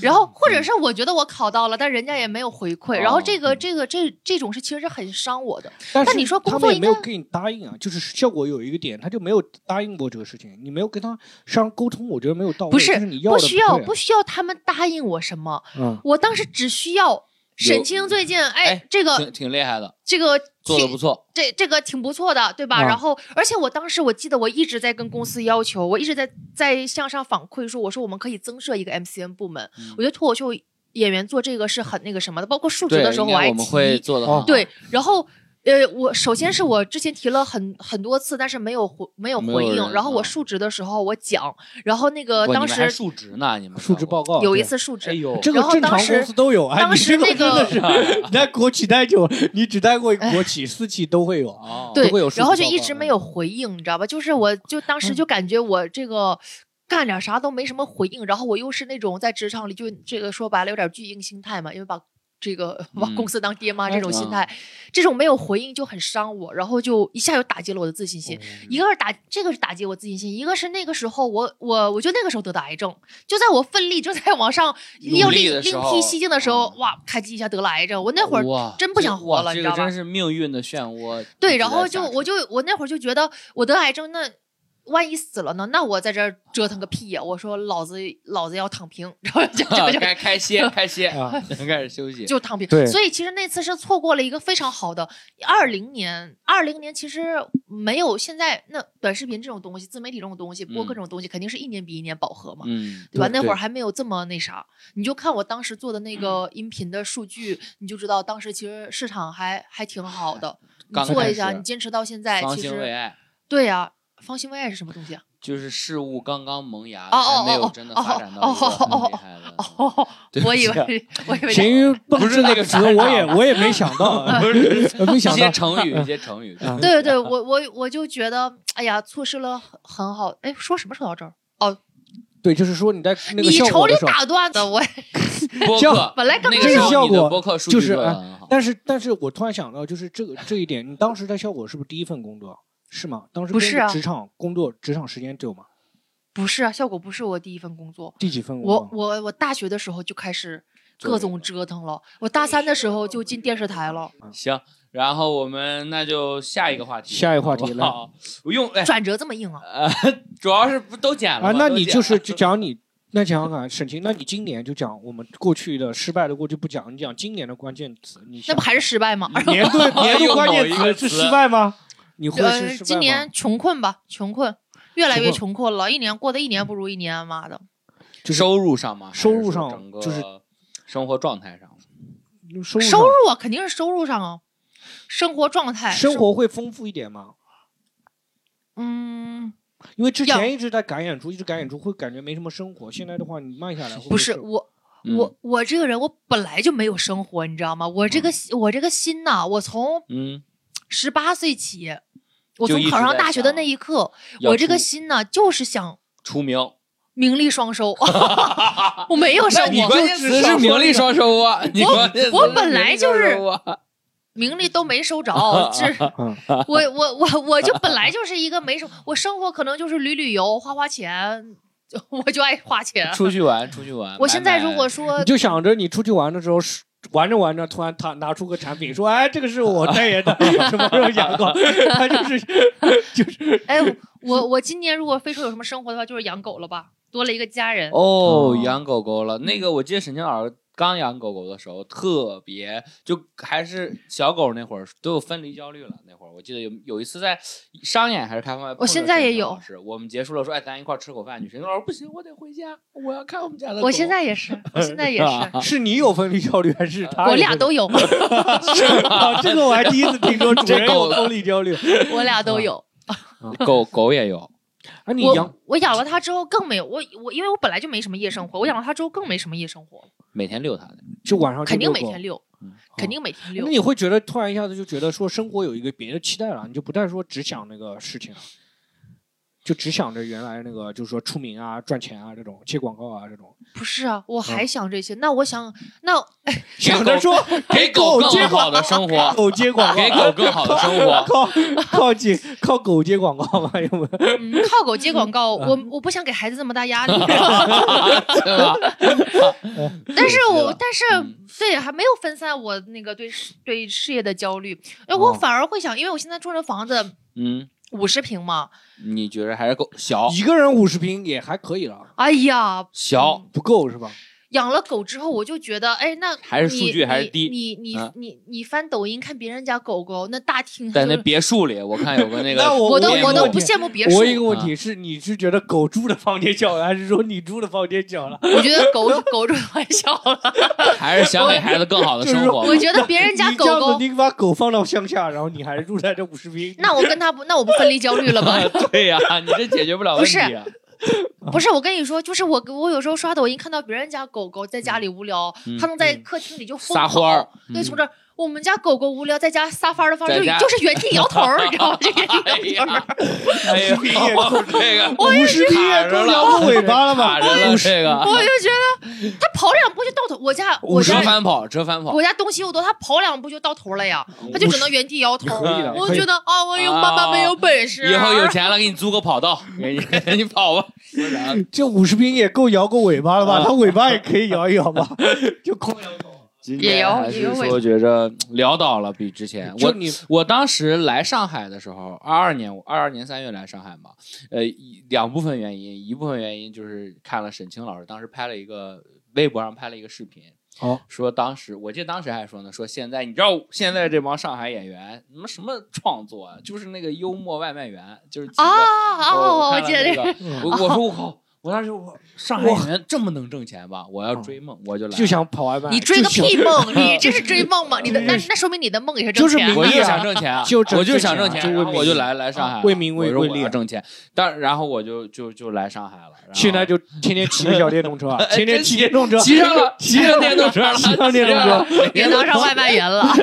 C: 然后或者是我觉得我考到了，但人家也没有回馈，然后
B: 嗯哦
C: 这个这个这这种是其实是很伤我的。
A: 但
C: 那
A: 是
C: 你说工
A: 他
C: 作
A: 们也
C: 应
A: 没有
C: 该
A: 给你答应啊，就是效果有一个点，他就没有答应过这个事情，你没有跟他商沟通，我觉得没有到位，
C: 不
A: 就是是你要
C: 不
A: 的
C: 需
B: 啊
C: 要
A: 对啊
C: 不需要他们答应我什么，
A: 嗯，
C: 我当时只需要沈清最近哎
B: 哎
C: 这个
B: 挺挺厉害的，
C: 这个
B: 做的
C: 挺
B: 不错。
C: 这这个挺不错的，对吧？
A: 啊
C: 然后，而且我当时我记得我一直在跟公司要求，我一直在在向上反馈说，我说我们可以增设一个 MCN 部门。
B: 嗯
C: 我觉得脱口秀演员做这个是很那个什么的，包括述职
B: 对，
C: 的时候
B: 应该
C: 还
B: 我们会
C: 提。
B: 做的
A: 哦
C: 对，然后。呃，我首先是我之前提了很很多次，但是没有回没有
B: 没
C: 回
B: 有
C: 应。
B: 人
C: 然后我
B: 啊
C: 述职的时候我讲，然后那个
B: 不你
C: 当
B: 们还
C: 时
B: 述职呢，你们
A: 述职
B: 搞
A: 报告
C: 有一
A: 对
C: 次述职，
B: 哎 呦，
A: 这个
C: 然后
A: 正
C: 当
A: 常
C: 时
A: 公司都有，哎，
C: 当
A: 你
C: 时
A: 这
C: 那
A: 真的
C: 个
A: 是啊你在国企待久，你只待过一国企、私企都会有，啊
B: 哦
C: 对
A: 都会有，数
C: 然后
A: 据
C: 就
A: 报
C: 一
A: 告
C: 直没
A: 嗯
C: 有回应，你知道吧？就是我就当时就感觉我这个干点啥都没什么回应，然后我又是那种在职场里就这个说白了有点巨婴心态嘛，因为把。这个把
B: 嗯
C: 公司当爹妈这种心
B: 嗯
C: 态，这种没有回应就很伤我，然后就一下又打击了我的自信心。一
B: 哦
C: 个是打这个是打击我自信心，一个是那个时候我我我就那个时候得的癌症，就在我奋力就在往上
B: 努
C: 又
B: 力
C: 另
B: 的时
C: 另
B: 候嗯
C: 辟蹊径的时候，哇，咔叽一下得了癌症，我那会儿
B: 哇
C: 真不
B: 这
C: 想活
B: 哇
C: 了
B: 这
C: 你知
B: 个
C: 道吧
B: 真是命运的漩涡。
C: 对，然后就我就我那会儿就觉得我得癌症，那万一死了呢？那我在这儿折腾个屁呀！我说老子老子要躺平，然后就 就就
B: 该开歇开 歇，
A: 啊，
B: 开始休息。
C: 就躺平。
A: 对
C: 所以其实那次是错过了一个非常好的。二零年，二零年其实没有现在那短视频这种东西、自媒体这种东西、播客
B: 嗯
C: 这种东西，肯定是一年比一年饱和嘛。
B: 嗯，
C: 对吧？那会儿
B: 对嗯
C: 还没有这么那啥，你就看我当时做的那个音频的数据，你就知道当时其实市场还还挺好的。你
B: 刚
C: 做
B: 开
C: 一下，
B: 始
C: 你坚持到现在，
B: 方
C: 其
B: 兴为
C: 实
B: 爱，
C: 对呀、方兴未艾是什么东西啊？
B: 就是事物刚刚萌芽，
C: 哦哦
B: 还没
C: 哦
B: 有
C: 哦
B: 真的
C: 哦
B: 发
C: 哦
B: 展到
C: 哦
B: 一个
C: 哦
B: 很厉
C: 哦
B: 害的。
C: 哦，我以
A: 不起啊
C: 为我以为
A: 咸鱼不
B: 不是那个
A: 词，我也我也没想到，啊
B: 不
C: 哦
B: 是
A: 没
B: 一
A: 想
B: 些
A: 到
B: 成语，一些成语。
A: 啊
C: 对对对，我我我就觉得，哎呀，错失了很很好。哎，说什么说到这儿？
A: 对，就是说你在那个
C: 你
A: 效
C: 瞅
A: 果
C: 你
A: 的时候，
C: 打断的，我
B: 播
A: 就
B: 客
C: 本来刚
B: 那
C: 刚
B: 个时
A: 这个
B: 候
A: 效
B: 你的
A: 果
B: 播客数
A: 就
B: 据
A: 是
B: 做得
A: 啊
B: 很好。
A: 但是但是我突然想到，就是这个这一点，你当时在效果是不是第一份工作？是吗？当时
C: 不
A: 跟
C: 是啊
A: 职场工作职场时间久吗？
C: 不是啊，效果不是我第一份工作。
A: 第几份工
C: 我
A: 作？
C: 我我大学的时候就开始
B: 做
C: 各
B: 这个
C: 种折腾了，我大三的时候就进电视台了，
B: 行，然后我们那就下一个话题。
A: 下一个话题
B: 好不
A: 来
B: 好我用哎，
C: 转折这么硬啊？
B: 呃，主要是不都剪了吗
A: 啊，那
B: 都
A: 你
B: 剪
A: 就
B: 了
A: 是就讲你。那讲讲看，沈晴，那你今年就讲我们过去的失败的过去不讲，你讲今年的关键词，你
C: 那
A: 想
C: 不还是失败吗？
A: 年 度年度
B: 又
A: 关
B: 某
A: 键
B: 一个
A: 词是
B: 词
A: 失败吗？你会是
C: 呃，
A: 失败
C: 今
A: 吗
C: 年穷困吧，穷困，越来
A: 穷
C: 越
A: 困
C: 穷困了，一年过得一年不如一年，妈的，
A: 就是
B: 收入上吗？还是
A: 收入
B: 说
A: 上
B: 整个
A: 就是
B: 生活状态上。
A: 收入
C: 收
A: 上
C: 入哎啊，肯定是收入上啊，生活状态，
A: 生
C: 是，
A: 活会丰富一点吗？
C: 嗯，
A: 因为之
C: 要
A: 前一直在赶演出，一直赶演出，会感觉没什么生活。现在的话，你慢下来会会
C: 不是
A: 是
C: 我。
B: 嗯
C: 我我这个人，我本来就没有生活，你知道吗？我这个我这个心呐、我从
B: 嗯，
C: 十八岁起，我
B: 就
C: 从
B: 一
C: 考
B: 直
C: 上
B: 在
C: 大学的
B: 想
C: 那一刻，
B: 要
C: 我这个
B: 出
C: 心呐、就是想
B: 出名，
C: 名利 双收，我没有生
B: 你
C: 活，
B: 关键词是名利双收 啊！你关键词
C: 我
B: 是
C: 本来就
B: 名利
C: 是
B: 双收啊
C: 名利都没收着，这
A: 嗯
C: 我我我我就本来就是一个没什么，我生活可能就是旅旅游、花花钱， 就我就爱花钱。
B: 出去玩，出去玩。
C: 我现在如果
B: 是
A: 你
C: 说
A: 就想着你出去玩的时候，是玩着玩着，突然他拿出个产品，说：“哎，这个是我代言 的什么时候牙膏。”他就是
C: 哎，我我今年如果非说有什么生活的话，就是养狗了吧，多了一个家人。
B: 哦
A: 哦，
B: 养狗狗了。那个我记得沈清老师刚养狗狗的时候，特别就还是小狗那会儿都有分离焦虑了。那会儿我记得有有一次在商演还是开放麦碰着
C: 我现在也
B: 沈
C: 有
B: 清老师。我们结束了说，哎，咱一块儿吃口饭去。沈清老师不行，我得回家，我要看我们家的狗。
C: 我现在 也是，我现在也
B: 是
C: 是，
A: 是你有分离焦虑还是啊他有分离？
C: 我俩都有，
A: 啊，这个我还第一次听说主人有分离焦虑。
C: 我俩都有。
B: 狗狗也有，
A: 啊，你养
C: 我我养了它之后更没有我我，因为我本来就没什么夜生活，我养了它之后更没什么夜生活，
B: 每天遛它的。
A: 就晚上就
C: 肯定
A: 啊遛
C: 每
A: 狗哦
C: 天遛
B: 嗯，
C: 肯定每天遛
A: 那。你会觉得突然一下子就觉得说生活有一个别的期待了，你就不再说只想那个事情了，就只想着原来那个就是说出名啊、赚钱啊这种、接广告啊这种，
C: 不是啊，我还想这些。那我想，那
A: 想着说
B: 给
A: 狗
B: 狗
A: 接
B: 更
A: 广
B: 好的生活，
A: 狗接广告，
B: 给狗更好的生 活。
A: 靠靠近靠狗接广告嘛，有没有？
C: 嗯，靠狗接广告，我
A: 嗯
C: 我不想给孩子这么 大压力。
B: 对吧？
C: 但是
B: 对
C: 我
B: 吧
C: 但是
B: 嗯
C: 对还没有分散我那个对事对事业的焦虑，呃我
A: 哦
C: 反而会想，因为我现在住的房子
B: 嗯，
C: 五十平嘛，
B: 你觉得还是够小
A: 一个人五十平也还可以了，
C: 哎呀，嗯
B: 小？
A: 不够是吧？
C: 养了狗之后我就觉得，哎，那
B: 还是数
C: 你
B: 据还是
C: 你
B: 低
C: 你你
B: 啊
C: 你你翻抖音看别人家狗狗那大厅它
B: 在
C: 就
B: 那
C: 是，
B: 别墅里，我看有个 那个，
A: 那我
C: 我都
B: 我有一
C: 我
B: 个
C: 都
B: 问
C: 不
A: 题
C: 羡慕别墅
A: 我，一个问
B: 啊
A: 题是，你是觉得狗住的房间小了，还是说你住的房间小了？
C: 我觉得狗狗住太小 了，
B: 还是想给孩子更好的生活嘛。
C: 我觉得别人家
A: 你
C: 狗
A: 这样子
C: 狗，
A: 你把狗放到乡下，然后你还住在这五十平，
C: 那我跟它不那我不分离焦虑了吗？
B: 啊 对呀、你这解决不了问题、啊。
C: 不是，我跟你说，就是我我有时候刷抖音看到别人家狗狗在家里无聊，
B: 嗯
C: 它能在客厅里就疯
B: 撒欢儿嗯
C: 跑对，从这儿我们家狗狗无聊在家撒欢儿的方式
B: 在
C: 就
B: 家
C: 就是原地摇头儿，你知 道吗？就原地摇头儿。
B: 哎呀， 这个
A: 五十匹
B: 卡
A: 也
B: 着
A: 够
B: 了
A: 摇个尾巴了吧
B: 卡？着了，这个
C: 我就觉得他跑两步就到头，我家我
A: 50
B: 折
C: 家
B: 返跑，折返跑，
C: 我家东西又多，他跑两步就到头了呀，他就只能原地摇头。
A: 可以的
C: 我
A: 可以
C: 觉得啊，我有妈妈没有本事，啊
B: 以后有钱了给你租个跑道，给你给你跑吧。说啥
C: 啊
A: 这五十匹也够摇个尾巴了吧？
B: 啊
A: 它尾巴也可以摇一摇 吧？就空摇头。
B: 今
C: 也
B: 天
C: 有
B: 还
C: 也
B: 是
C: 有尾
B: 说觉着潦倒了，比之前
A: 就
B: 我。
A: 你
B: 我当时来上海的时候，二二年，我二二年三月来上海嘛，呃，一两部分原因，一部分原因就是看了沈清老师当时拍了一个微博上拍了一个视频，
A: 好
B: 说当时我记得当时还说呢，说现在你知道现在这帮上海演员什么什么创作啊，就是那个幽默外卖员，就是几个
C: 啊啊！
B: 我
C: 哦
B: 我
C: 我
B: 看
C: 记
B: 了
C: 得
B: 那个
C: 这个，哦
B: 我我说我靠，我当时我上海演员这么能挣钱吧？我要追梦，我就来了，
A: 就想跑外卖，
C: 你追个
A: 就想
C: 屁梦！ 你这是追梦吗？你的那
A: 就是
C: 那说明你的梦也是挣
A: 就是
C: 钱
A: 名
B: 我
C: 啊
A: 利
B: 就
A: 啊
B: 想挣钱啊，
A: 就挣
B: 我就想挣
A: 挣
B: 钱，
A: 钱啊
B: 然后我
A: 就
B: 就
A: 为民
B: 来来上海了，
A: 为民为
B: 我说
A: 为
B: 我
A: 利
B: 要
A: 啊
B: 挣钱，但然后我就就就来上海了，然后
A: 现在就天天骑个小电动车，啊天天骑电动车，
B: 哎骑上 了，骑上电动车了，
A: 骑上电动车，
C: 也当上外卖员了。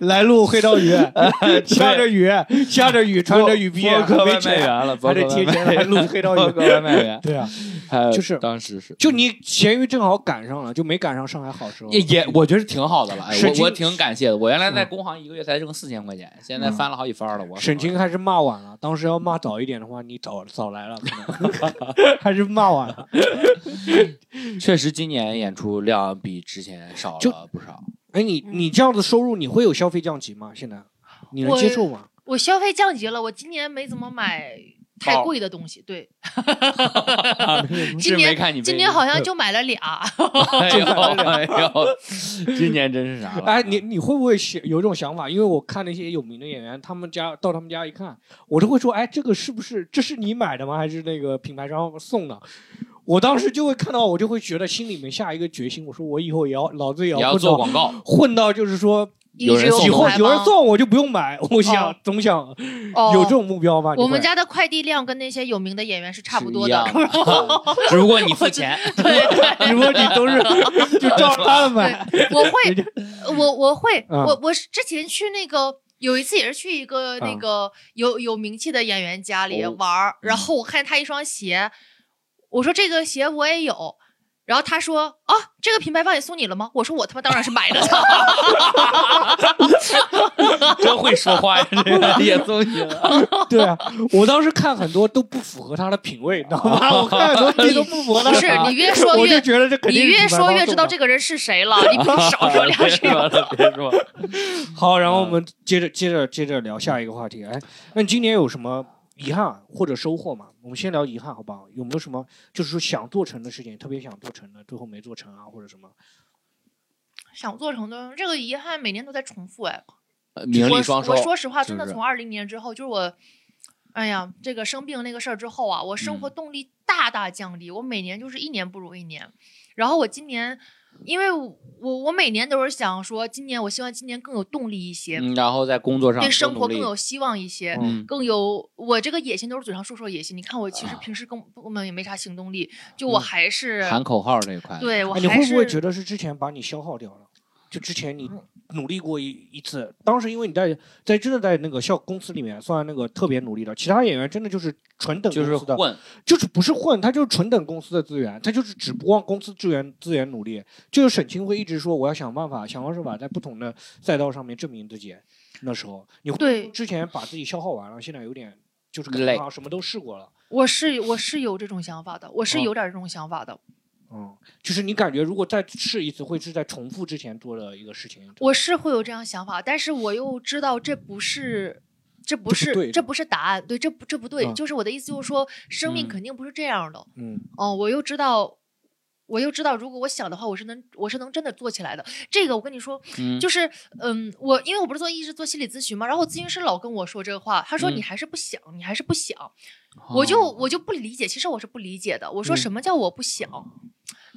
A: 来录黑道雨，
B: 哎
A: 下着雨，下着雨，穿着雨披，啊
B: 播客
A: 没
B: 外卖
A: 钱，
B: 员了，
A: 还得贴钱，还录黑道
B: 播
A: 雨。
B: 客外卖 员，
A: 对啊，
B: 还有
A: 就是
B: 当时是。
A: 就你咸鱼正好赶上了，就没赶上上海好时候
B: 也。也，我觉得挺好的了，哎
A: 沈
B: 我
A: 清
B: 我挺感谢的。我原来在工行一个月才挣四千块钱，现
A: 嗯
B: 在翻了好几番了。我
A: 沈清还是骂晚了，当时要骂早一点的话，你早早来了，可能 还是骂晚了。
B: 确实今年演出量比之前少
A: 就
B: 了不少。
A: 哎，你你这样子收入，你会有消费降级吗？现在你能
C: 我
A: 接受吗？
C: 我消费降级了，我今年没怎么买太贵的东西， 对，今
B: 啊是
C: 年
B: 没看 你背
C: 今年好像就买了俩。
B: 哎呦 哎呦，今年真是啥了？
A: 哎，
C: 啊
A: 你你会不会想有一种想法？因为我看那些有名的演员，他们家到他们家一看，我就会说，哎，这个是不是这是你买的吗？还是那个品牌商送的？我当时就会看到，我就会觉得心里面下一个决心，我说我以后也要，老子也
B: 也要
A: 混
B: 做
A: 到
B: 广告，
A: 混到就是说，
C: 一直有
B: 送
A: 以
B: 品
A: 后
C: 品牌
A: 有人
C: 吗？
A: 送我就不用买。我想、
C: 哦
A: 总想
C: 哦
A: 有这种目标吗？你
C: 我们
A: 会
C: 家的快递量跟那些有名的演员是 差不多
B: 是一
C: 的
B: 样，
C: 然 后
B: 只不过你付钱，
A: 如果你都 是就照着他的买，
C: 对，我会呃
A: 人家
C: 我我会，
A: 嗯
C: 我我是之前去那个有一次也是去一个那
A: 嗯
C: 个有有名气的演员家里
B: 哦
C: 玩儿，然后我看他一双鞋，我说这个鞋我也有。然后他说：“啊，这个品牌方也送你了吗？”我说：“我他妈当然是买 的。
B: 真会说话 呀！这个 也送你了，
A: 对啊，我当时看很多都不符合他的品味，你知道吗？ 我看很多地都不符合他
C: 不
A: 的
C: 是
A: 品味。
C: 你越说
A: 我就
C: 越，
A: 觉得这肯
C: 你
A: 定是
C: 越
A: 品牌
C: 说
A: 方
C: 越知
A: 送
C: 道
A: 的
C: 这个人是谁了。你不少说两
B: 别
C: 句。
B: 说了，别说了。
A: 好。然后我们接着接着接着聊下一个话题。哎，那你今年有什么遗憾或者收获吗？我们先聊遗憾，好不好？有没有什么就是说想做成的事情，特别想做成的，最后没做成啊，或者什么？
C: 想做成的这个遗憾，每年都在重复。哎，
B: 名
C: 我
B: 利双收
C: 我，说实话，真的
B: 是不是
C: 从二零年之后，就是我，哎呀，这个生病那个事儿之后啊，我
B: 嗯
C: 生活动力大大降低。我每年就是一年不如一年。然后我今年，因为我我每年都是想说，今年我希望今年更有动力一些，
B: 嗯，然后在工作上
C: 对生活
B: 努力
C: 更有希望一些。
B: 嗯
C: 更有我这个野心都是嘴上说说野心，你看我
B: 啊
C: 其实平时根根本也没啥行动力，就
A: 嗯
C: 我还是、
B: 喊口号这一块，
C: 对我
A: 哎你
C: 还
A: 会
C: 是嗯
A: 不会觉得是之前把你消耗掉了？就之前你努力过一一次，当时因为你在在真的在那个校公司里面算那个特别努力的，其他演员真的就是纯等公
B: 就是
A: 司的，
B: 混，
A: 就是不是混，他就是纯等公司的资源，他就是只不往公司资源资源努力。就是沈清会一直说我要想办法，想方设法在不同的赛道上面证明自己。那时候你会
C: 对
A: 之前把自己消耗完了，现在有点就是感
B: 累
A: 觉好像什么都试过了。
C: 我是我是有这种想法的，我是
B: 嗯
A: 哦
C: 有点这种想法的。
A: 嗯，就是你感觉如果再试一次，会是在重复之前做的一个事情。
C: 我是会有这样想法，但是我又知道这不是。这不
A: 这不对
C: 是
A: 的
C: 这不是答案，对，这不这不对，
A: 嗯
C: 就是我的意思，就是说生命
B: 嗯
C: 肯定不是这样的。
A: 嗯，
C: 哦，我又知道，我又知道，如果我想的话，我是能我是能真的做起来的。这个我跟你说，
B: 嗯
C: 就是嗯，我因为我不是做一直做心理咨询嘛，然后咨询师老跟我说这个话，他说
B: 嗯哦
C: 你还是不想，你还是不
B: 嗯
C: 想，我就我就不理解，其实我是不理解的。我说什么叫我不想？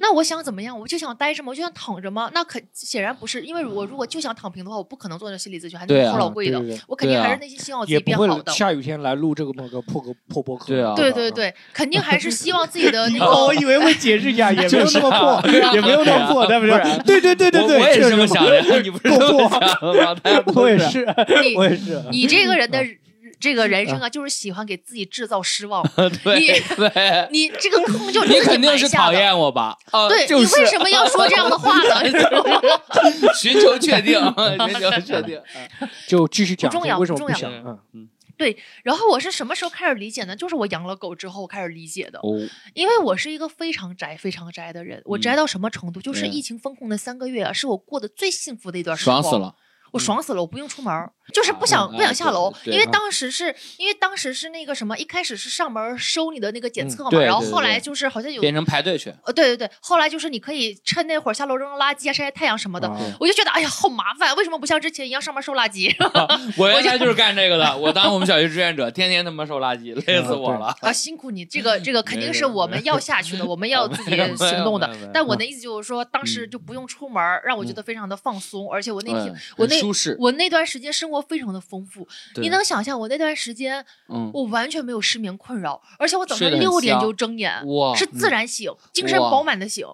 C: 那我想怎么样？我就想待着吗？我就想躺着吗？那肯显然不是，因为我如果就想躺平的话，我不可能做那心理咨询，还
B: 对
C: 能
B: 啊
C: 老贵的。
A: 对对对
C: 我肯定
B: 对啊
C: 还是内心希望我自
A: 也
C: 己
A: 不
C: 变
A: 会
C: 好的。
A: 下雨天来录这个某个破个破播客。
B: 对啊
C: 对对对，肯定还是希望自己的 那
A: 哦，我
C: 个。
A: 以为会解释一 下，也没有那么破，也没有那么破，啊 但不
B: 不
A: 是
B: 然，
A: 对对对对对，
B: 我我也是这么想
A: 确实
B: 的，你不是这么想的吗？大家都
A: 我也
B: 这样，
A: 是，
C: 你
A: 我也是，
C: 你这 个人的这个人生啊，就是喜欢给自己制造失望。
B: 对对，
C: 你这个坑就 是
B: 你
C: 自己
B: 肯定
C: 埋
B: 是
C: 下
B: 讨
C: 的。
B: 厌我吧？啊，
C: 对、
B: 就
C: 你为
B: 是
C: 什么要说这样的话呢？
B: 寻求确定，寻求确定，
A: 就继续讲
C: 不重要
A: 为什么
C: 不
A: 不
C: 重要
A: 想，嗯嗯，
C: 然后我是什么时候开始理解呢？就是我养了狗之后开始理解的，
B: 哦，
C: 因为我是一个非常宅、非常宅的人。我
B: 嗯
C: 宅到什么程度？就是
B: 对
C: 疫情封控的三个月啊，是我过得最幸福的一段时光。
B: 爽死！了！嗯
C: 我爽死了，我不用出门儿，就是不
B: 啊
C: 想
B: 嗯
C: 不想
B: 哎
C: 下
B: 对
C: 楼，
B: 对
C: 因为
B: 啊
C: 当时是因为当时是那个什么，一开始是上门儿收你的那个检
A: 嗯
C: 测嘛，
B: 对
C: 然后
B: 对
C: 后
B: 对
C: 来就是好像有
B: 变成排队去，
C: 呃，对对对，后来就是你可以趁那会儿下楼扔扔垃圾啊、晒晒太阳什么的。
A: 啊
C: 我就觉得，哎呀，好麻烦，为什么不像之前一样上班收垃圾？
B: 我原来就是干这个的。我当我们小学志愿者，天天他妈收垃圾，累死我了。
C: 啊，辛苦你，这个这个肯
B: 没
C: 定
B: 事
C: 是
B: 嗯没
C: 我
B: 事
C: 们要 下去的，我们要自己
B: 没有没有
C: 行动
B: 没有没嗯
C: 的
B: 有。
C: 但我的意思就是说，当时就不用出门儿，让我觉
A: 嗯
C: 得非常的放松，而且我那天
B: 嗯
C: 我
B: 很
C: 那
B: 舒适，
C: 我那段时间生活非常的丰富，
B: 对
C: 你能想象我那段时间
B: 嗯
C: 我完全没有失眠困扰，而且我早
B: 睡
C: 上
B: 得很
C: 六点
B: 香
C: 就睁眼，
B: 哇嗯
C: 是自然醒，精神
B: 哇
C: 饱满的醒。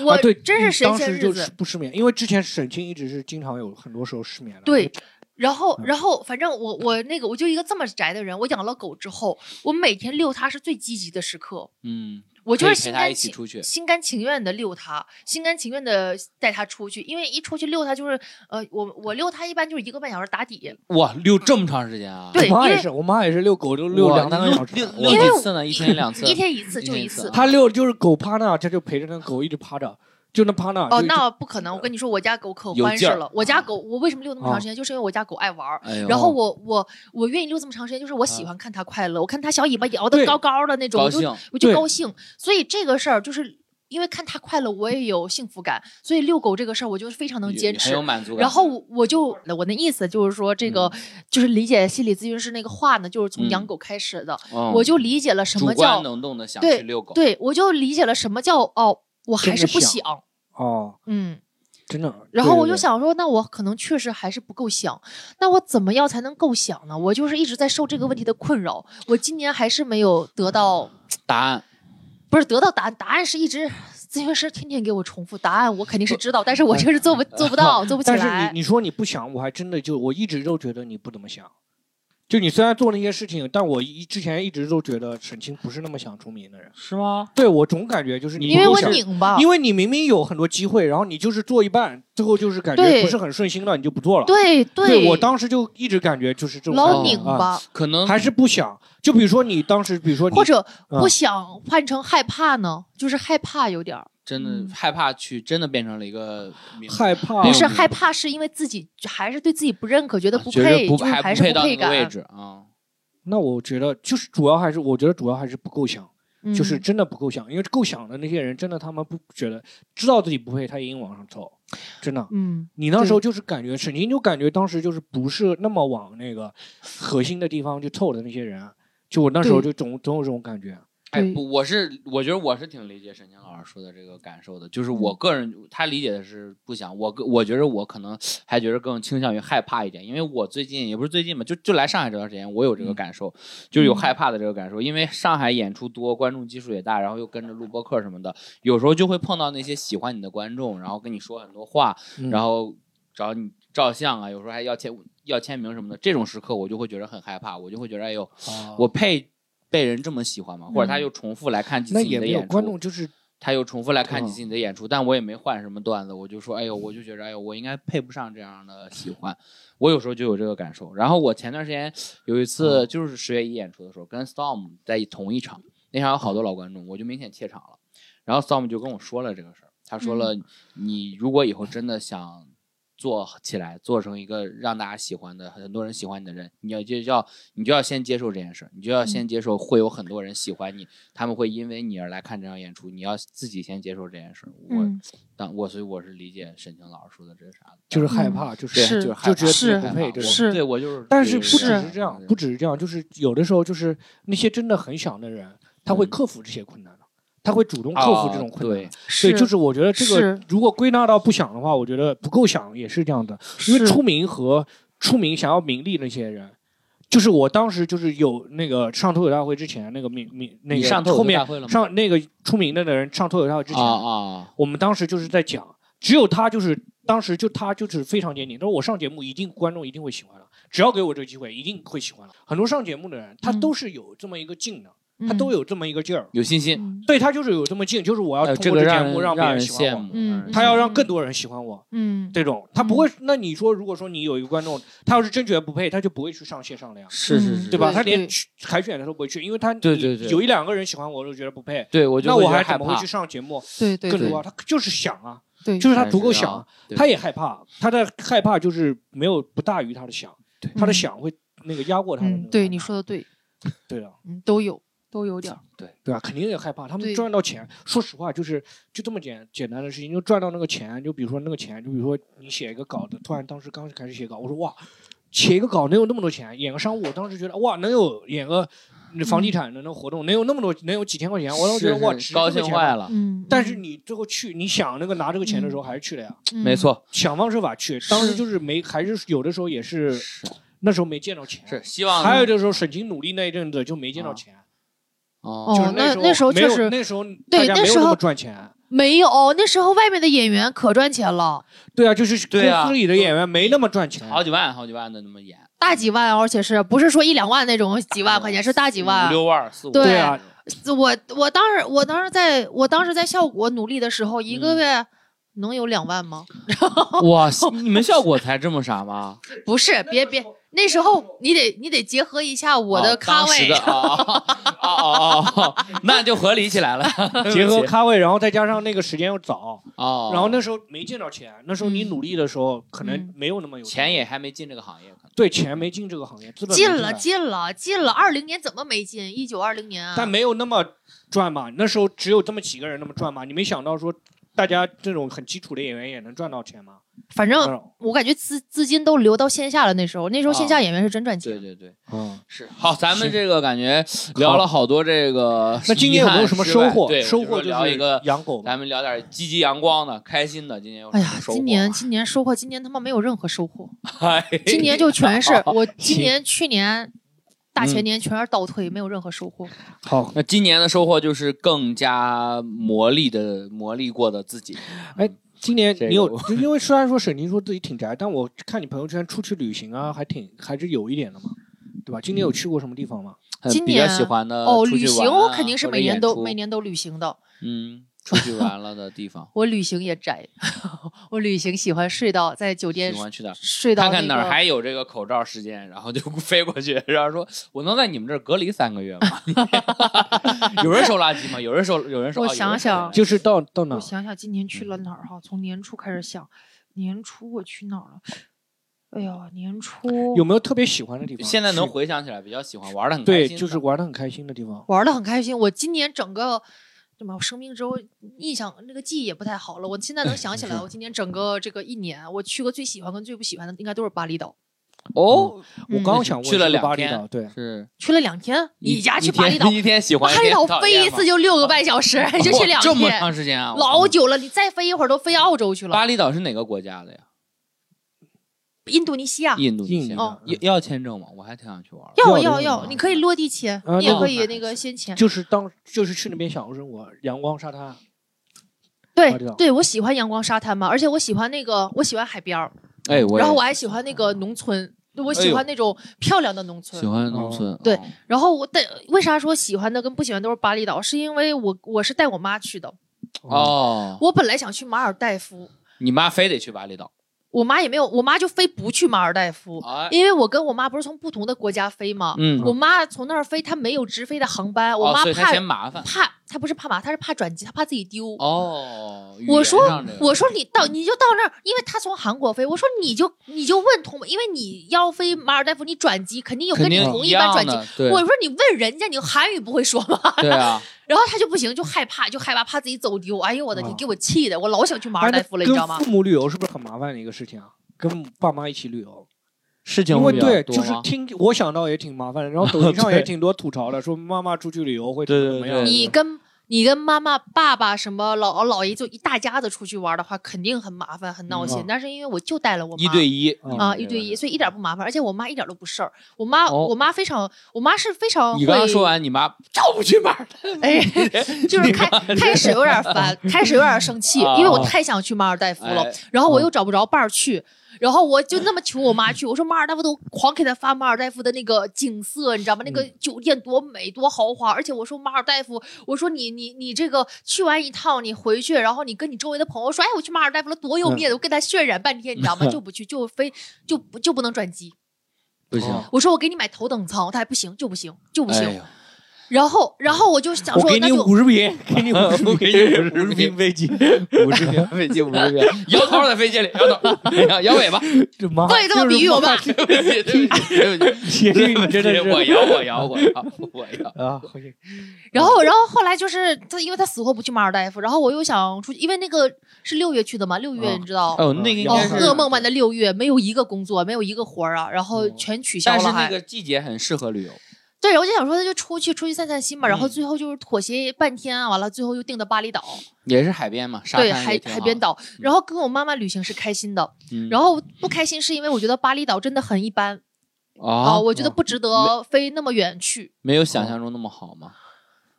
C: 我
A: 啊对，
C: 真是神
A: 当
C: 仙
A: 时
C: 日
A: 就
C: 子
A: 是。不失眠，因为之前沈清一直是经常有很多时候失眠的，
B: 嗯
C: 对，然后，然后，反正我我那个我就一个这么宅的人，我养了狗之后，我每天遛它是最积极的时刻，
B: 嗯，
C: 我就
B: 可
C: 是
B: 以陪
C: 心
B: 它
C: 甘
B: 一起
C: 情
B: 出去
C: 心甘情愿的遛它，心甘情愿的带它出去，因为一出去遛它就是，呃，我我遛它一般就是一个半小时打底，
B: 哇，遛这么长时间啊？
C: 对
A: 我妈
C: 因
A: 也
C: 为
A: 是，我妈也是遛狗都遛
B: 哇
A: 两三个
B: 遛
A: 小时
B: 遛，
A: 我
B: 遛
C: 因为
B: 几
C: 我
B: 次呢？一天两次？
C: 一天一次就
B: 一天
C: 一
B: 一次
C: 次
B: 啊。
A: 她遛就是狗趴那儿，她就陪着那个狗一直趴着，就那趴那儿
C: 哦，
A: 就
C: 那不可能！我跟你说，我家狗可
B: 有
C: 欢实
B: 劲儿
C: 了。我家狗，我为什么遛那么
A: 啊
C: 长时间？就是因为我家狗爱玩儿。
B: 哎呦，
C: 然后我我我愿意遛这么长时间，就是我喜
A: 啊
C: 欢看它快乐，我看它小尾巴摇得
A: 对
C: 高高的那种，
B: 高
C: 我就
B: 兴，
C: 我就
A: 对
C: 高兴。所以这个事儿就是因为看它快乐，我也有幸福感。所以遛狗这个事儿，我就非常能
B: 也
C: 坚
B: 很有
C: 持。
B: 满足感。
C: 然后我就我的意思就是说，这
A: 嗯
C: 个、就是理解心理咨询师那个话呢，就是从养
B: 嗯
C: 狗开始的。
A: 哦
B: 嗯
C: 我就理解了什
B: 主
C: 么
B: 观
C: 叫
B: 能动的想
C: 对
B: 去遛狗，
C: 对，我就理解了什么叫哦，我还
A: 真
C: 是
A: 的
C: 不
A: 想
C: 想，
A: 哦，
C: 嗯。
A: 真的。
C: 然后
A: 对
C: 我
A: 对
C: 就
A: 对
C: 想说，那我可能确实还是不够想，那我怎么样才能够想呢？我就是一直在受这个问题的困扰，我今年还是没有得到，
B: 答案
C: 不是得到答案，答案是一直咨询师天天给我重复答案，我肯定是知道，但是我就是做不做不到，做不起
A: 呃 但是
C: 来
A: 你。你说你不想，我还真的就我一直都觉得你不怎么想。就你虽然做那些事情，但我一之前一直都觉得沈清不是那么想出名的人。
B: 是吗？
A: 对我总感觉就是你
C: 因为
A: 不
C: 我
A: 想，
C: 拧吧，
A: 因为你明明有很多机会，然后你就是做一半，最后就是感觉
C: 对
A: 不是很顺心了，你就不做了。
C: 对
A: 对我当时就一直感觉就是这种
C: 老
A: 感觉
C: 拧吧，
B: 可能
A: 啊，还是不想。就比如说你当时，比如说你
C: 或者
A: 嗯
C: 不想换成害怕呢，就是害怕有点儿，
B: 真
C: 嗯
B: 的害怕去，真的变成了一个名字
A: 害怕
B: 没
C: 不
B: 有
C: 是
B: 嗯
C: 害怕，是因为自己还是对自己不认可，觉
A: 啊
C: 得不
B: 觉
C: 配，
B: 着不
C: 就是
B: 还
C: 还
B: 不
C: 是
B: 配
C: 不
B: 到那
C: 配
B: 个位
C: 感，
B: 置啊。
A: 那我觉得就是主要还是我觉得主要还是不够想。
C: 嗯
A: 就是真的不够想，因为够想的那些人，真的他们不觉得知道自己不配，他也硬往上凑。真的，
C: 嗯，
A: 你那时候就是感觉沈清就感觉当时就是不是那么往那个核心的地方去凑的那些人，啊就我那时候就总总有这种感觉。啊
B: 哎，
C: 对
B: 不，我是我觉得我是挺理解沈清老师说的这个感受的，就是我个人他理解的是不想，我个我觉得我可能 还觉得更倾向于害怕一点，因为我最近也不是最近吧，就就来上海这段时间，我有这个感受，就是有害怕的这个感受，因为上海演出多，观众基数也大，然后又跟着录播客什么的，有时候就会碰到那些喜欢你的观众，然后跟你说很多话，
A: 嗯
B: 然后找你照相啊，有时候还要签要签名什么的，这种时刻我就会觉得很害怕，我就会觉得哎呦，
A: 哦
B: 我配被人这么喜欢吗？或者他
C: 嗯
B: 又重复来看几
A: 那
B: 次你
A: 也
B: 的
A: 没有
B: 演出，
A: 观众就是
B: 他又重复来看
A: 对
B: 几次你的演出，但我也没换什么段子，我就说，哎呦，我就觉得，哎呦，我应该配不上这样的喜欢。我有时候就有这个感受。然后我前段时间有一次就是十月一演出的时候，跟 Storm 在同一场，那场有好多老观众，我就明显怯场了。然后 Storm 就跟我说了这个事儿，他说了，你如果以后真的想做起来，做成一个让大家喜欢的、很多人喜欢你的人，你要就要你就要先接受这件事儿，你就要先接受会有很多人喜欢你，他们会因为你而来看这场演出，你要自己先接受这件事儿。我
C: 嗯
B: 当我所以我是理解沈清老师说的这是啥的，
A: 就是害怕，就是
B: 嗯对
C: 是
B: 就是害
A: 就觉得
B: 怕
A: 自己
C: 是
A: 不
B: 害
A: 配
B: 怕
A: 这
B: 我
A: 种。
C: 是
B: 对我就是，
A: 但是不只
C: 是
A: 是这样，不只是这样，就是有的时候就是那些真的很想的人，他会克服这些困难的。他会主动克服这种困难。
B: 嗯啊对，
A: 对，
C: 是，
A: 就是我觉得这个
C: 是
A: 如果归纳到不想的话，我觉得不够想也是这样的，因为
C: 是
A: 出名和出名想要名利那些人。就是我当时就是有那个上脱口大会之前那个名名那
B: 你
A: 个
B: 上头
A: 后面
B: 大会了吗？
A: 上那个出名的那人上脱口大会之前，
B: 啊
A: 我们当时就是在讲，只有他就是当时就他就是非常坚定，他说我上节目一定观众一定会喜欢的，只要给我这个机会一定会喜欢的。很多上节目的人，他
C: 嗯
A: 都是有这么一个劲的，
C: 嗯
A: 他都有这么一个劲儿，
B: 有信心，
C: 嗯
A: 对他就是有这么劲，就是我要
B: 哎呦
A: 通
B: 这
A: 过
B: 个
A: 这节
B: 让
A: 目
B: 人
A: 别人
B: 人
A: 喜欢
B: 羡
A: 我，
B: 慕，
C: 嗯
B: 让人
A: 他要让
C: 嗯
A: 更多人喜欢我。
C: 嗯
A: 这种他不会，那你说如果说你有一个观众，他要是真觉得不配，他就不会去上线上了呀，
B: 是是是，
A: 对吧？
C: 嗯对
A: 他连
C: 对
A: 去海选他都不会去，因为他
B: 对对对
A: 有一两个人喜欢我，我就觉得不配，
B: 对我就
A: 那
B: 会
A: 我
B: 觉得
A: 还
B: 害
A: 怎么会
B: 怕
A: 去，上节目？
C: 对对
A: 更
C: 对
A: 多啊，他就是想啊，
C: 对，
A: 就是他
B: 还
A: 足够
B: 是
A: 想
B: 要，对
A: 他也害怕，他的害怕就是没有不大于他的想
B: 对，
A: 他的
C: 嗯
A: 想会那个压过他的那个害
C: 嗯
A: 怕。
C: 对你说的对，
A: 对啊的，
C: 嗯都有都有点儿，
A: 对吧？肯定也害怕。他们
C: 对
A: 赚到钱，说实话就是就这么简简单的事情，就赚到那个钱。就比如说那个钱，就比如说你写一个稿子，突然当时刚开始写稿，我说哇，写一个稿能有那么多钱？演个商务，我当时觉得哇，能有演个房地产的那个活动，能有那么多，能有几千块钱，我当时觉
B: 嗯是
A: 得哇，
B: 是
A: 值
B: 高
A: 这
B: 兴
A: 个钱
B: 坏了，嗯
C: 嗯，嗯
A: 但是你最后去，你想那个拿这个钱的时候，还是去了呀。
B: 没错，
A: 想方设法去。当时
C: 是
A: 就是没，还是有的时候也是
B: 是
A: 那时候没见到钱，
B: 是希望
A: 还有的时候沈清努力那一阵子就没见到钱，
B: 哦
A: 就
C: 哦
A: 是那
C: 那那时候
A: 没
C: 确
A: 有
C: 实
A: 那时候大
C: 对
A: 家
C: 那
A: 没有
C: 时
A: 那么
C: 候
A: 赚钱。
C: 没有，那时候外面的演员可赚钱了，
A: 对啊，就是公
B: 对啊
A: 司里的演员没那么赚
C: 哦
A: 钱，
B: 好几万好几万的那么演，
C: 大几万，而且是不是说一两万那种几万块钱，是大几
B: 五
A: 嗯
C: 万。
B: 六万四五
C: 对
A: 对啊，
C: 我我当时我当时在我当时在效果努力的时候，一个月能有两 万吗？
B: 哇，你们效果才这么傻吗？
C: 不是，别别，那时候你得你得结合一下我的
B: 哦
C: 咖
B: 当时
C: 位
B: 的，哦哦哦哦哦，那就合理起来了。
A: 结合咖位，然后再加上那个时间又早，
B: 哦，
A: 然后那时候没见到钱，那时候你
C: 嗯
A: 努力的时候可能
C: 嗯
A: 没有那么有
B: 钱也还没进这个行业，可能
A: 对钱没进这个行业，资本没
C: 进了
A: 来
C: 进了进了，二零年怎么没进？一九二零年啊，
A: 但没有那么赚嘛。那时候只有这么几个人那么赚嘛，你没想到说大家这种很基础的演员也能赚到钱吗？
C: 反
A: 那
B: 嗯
C: 正
A: 种
C: 我感觉资资金都流到线下了。那时候那时候线下演员是真赚
B: 啊对
C: 钱，
B: 对对，
A: 嗯。
B: 是好，咱们这个感觉聊了好多这个遗憾之外，
A: 那今年有没有什么收获？
B: 对，
A: 收
B: 我就
A: 获
B: 是
A: 就
B: 聊
A: 是
B: 一个，
A: 养狗吧。
B: 咱们聊点积极阳光的、开心的。今年有什
C: 哎
B: 么
C: 呀，
B: 收获
C: 今年今年收获，今年他妈没有任何收获，
B: 哎
C: 今年就全是我今
A: 行
C: 年去年大
B: 嗯
C: 前年全是倒退，没有任何收获。
A: 好，
B: 那今年的收获就是更加磨砺的磨砺过的自己。
A: 今年
B: 这个
A: 你有
B: 我，
A: 就因为虽然说沈宁说自己挺宅，但我看你朋友圈出去旅行啊，还挺还是有一点的嘛，对吧？
B: 嗯
A: 今年有去过什么地方吗？
B: 呃
C: 今
B: 比较
C: 年
B: 喜欢的
C: 哦，
B: 出去
C: 旅行
B: 玩啊
C: 我肯定是
B: 或者
C: 每年
B: 演
C: 都
B: 出
C: 每年都旅行的。，
B: 嗯出去玩了的地方
C: 我旅行也宅，我旅行喜欢睡到在酒店
B: 喜欢去哪儿？
C: 睡到
B: 看看
C: 那
B: 哪儿
C: 个
B: 还有这个口罩时间，然后就飞过 去，然后说：“我能在你们这儿隔离三个月吗？” 有人收垃圾吗？有人收？有人收？
C: 我
B: 哦有人
C: 想
B: 收
C: 想
B: 垃圾
A: 就是到到哪
C: 我？想想，今年去
B: 嗯
C: 了哪儿哈？从年初开始想，年初我去哪儿了？哎呀，年初
A: 有没有特别喜欢的地方？
B: 现在能
A: 是
B: 回想起来，比较喜欢玩的很开
A: 对，
B: 心的
A: 就是玩的很开心的地方。
C: 玩的很开心。我今年整个什么生病之后，印象那个记忆也不太好了。我现在能想起来，我今年整个这个一年，我去过最喜欢跟最不喜欢的，应该都是巴厘岛。嗯
B: 哦，
A: 我刚想问
B: 去
A: 是
B: 了
A: 不是
B: 两
A: 巴厘
B: 天
A: 岛，对，
B: 是
C: 去了两天，
B: 一
C: 你家
B: 一
C: 去巴厘
B: 天
C: 岛，
B: 一天喜欢
C: 巴厘岛飞一次
B: 就
C: 就六个半小时， 你就去两
B: 这么
C: 天，
B: 长时间啊？
C: 老
B: 我
C: 久了。你再飞一会儿都飞澳洲去了，
B: 巴厘岛是哪个国家的呀？
C: 印度尼西亚。
B: 印度尼
A: 印
B: 西
A: 度
B: 亚
A: 的
C: 哦
B: 要要签证吗？我还挺想去玩的。
C: 要
A: 要
C: 要
A: 的
C: 要，你可以落地签，
A: 啊
C: 你也
B: 那
C: 可
B: 我
C: 以
B: 看
C: 那
B: 看
C: 个先签。
A: 就是当就是去那边享受生活，阳光沙滩。嗯
C: 对
A: 巴厘岛
C: 对，我喜欢阳光沙滩嘛，而且我喜欢那个，我喜欢海边儿，
B: 哎，我
C: 然后
B: 也
C: 我还喜欢那个农村，我
B: 哎
C: 喜
B: 呦
C: 欢那种漂亮的农村
B: 喜。欢农村。
C: 对
B: 哦，
C: 然后我带为啥说喜欢的跟不喜欢都是巴厘岛，是因为我我是带我妈去的，
B: 哦，
C: 我本来想去马尔代夫，
B: 你妈非得去巴厘岛。
C: 我妈也没有，我妈就非不去马尔代夫，
B: 哎，
C: 因为我跟我妈不是从不同的国家飞嘛，
B: 嗯，
C: 我妈从那儿飞，她没有直飞的航班，我
B: 哦
C: 妈
B: 所以她
C: 怕
B: 嫌麻烦。
C: 怕她不是怕麻，她是怕转机，她怕自己丢。
B: 哦，语
C: 我
B: 言
C: 说
B: 上这个
C: 我说你到你就到那儿，因为他从韩国飞，我说你就你就问同，因为你要飞马尔代夫，你转机肯定有
B: 肯
C: 跟你
B: 定
C: 同
B: 一
C: 一班
B: 样
C: 转机。
B: 的，对
C: 我说你问人家，你韩语不会说吗？
B: 对啊，
C: 然后他就不行，就害怕，就害怕怕自己走丢。哎呦我的，
A: 啊
C: 你给我气的，我老想去马
A: 哎
C: 尔
A: 那
C: 代夫了，你知道
A: 跟
C: 吗
A: 父？母旅游是不是很麻烦的一个事情啊？跟爸妈一起旅游，
B: 事情
A: 因为
B: 会比较
A: 对，
B: 多啊
A: 就是
B: 吗
A: 听我想到也挺麻烦的，然后抖音上
B: 对
A: 也挺多吐槽的，说妈妈出去旅游会怎
B: 对
A: 么怎
B: 对
A: 么
B: 对
A: 样。
B: 对
C: 你跟你跟妈妈、爸爸什么姥姥、姥爷就一大家子出去玩的话，肯定很麻烦、很闹心。
A: 嗯
C: 但是因为我就带了我妈
B: 一对一
A: 嗯
C: 啊，一对一，。所以一点不麻烦，而且我妈一点都不事儿。我妈，
B: 哦
C: 我妈非常，我妈是非常
B: 你刚刚
C: 会
B: 说完，你妈叫我去玩儿的，
C: 哎，就是开开始有点烦，开始有点生气，
B: 啊
C: 因为我太想去马尔代夫了
B: 哎，
C: 然后我又找不着伴儿去。然后我就那么求我妈去，我说马尔代夫都狂给她发马尔代夫的那个景色，你知道吗？那个
B: 嗯
C: 酒店多美多豪华，而且我说马尔代夫，我说你你你这个去完一趟你回去，然后你跟你周围的朋友说，哎，我去马尔代夫了，多
B: 嗯
C: 有面子，我给他渲染半天，你知道吗？就不去，就非就不就不能转机。
B: 不
A: 行
C: 我说我给你买头等舱，他还不行，就不行，就不
B: 哎
C: 行。
B: 呦，
C: 然后然后我就想
A: 我
C: 说，
A: 给
C: 那
A: 你
C: 就
A: 五十平，给你五十
B: 我
A: 平，
B: 给你50
A: 五十平飞机，
B: 五十遍飞机，五十遍， 摇头在飞机里，摇
C: 哎
B: 头，摇尾巴，
A: 这妈
C: 对，这么
A: 就是
C: 比喻我吧。
B: 对不起，对不起，对不
A: 其实
B: 起。
A: 你真的是
B: 我摇我摇我摇我摇，
A: 啊，好像
C: 然后，然后后来就是他，因为他死活不去马尔代夫，然后我又想出去，因为那个是六月去的嘛，六月
A: 嗯
C: 你知道，
B: 哦，那个应
C: 哦，
B: 该是
C: 噩梦般的六月，没有一个工作，没有一个活儿啊，然后
B: 嗯
C: 全取消
B: 但
C: 了
B: 是
C: 还。
B: 那个季节很适合旅游，
C: 对，我就想说，那就出去出去散散心嘛，然后
B: 嗯
C: 最后就是妥协半天啊，完了最后又定的巴厘岛，
B: 也是海边嘛，沙
C: 对，
B: 滩也
C: 海
B: 挺好
C: 海边，岛，然后跟我妈妈旅行是开心的，
B: 嗯
C: 然后不开心是因为我觉得巴厘岛真的很一般啊、
B: 啊，
C: 我觉得不值得飞那么远去。
B: 没有想象中那么好 嘛。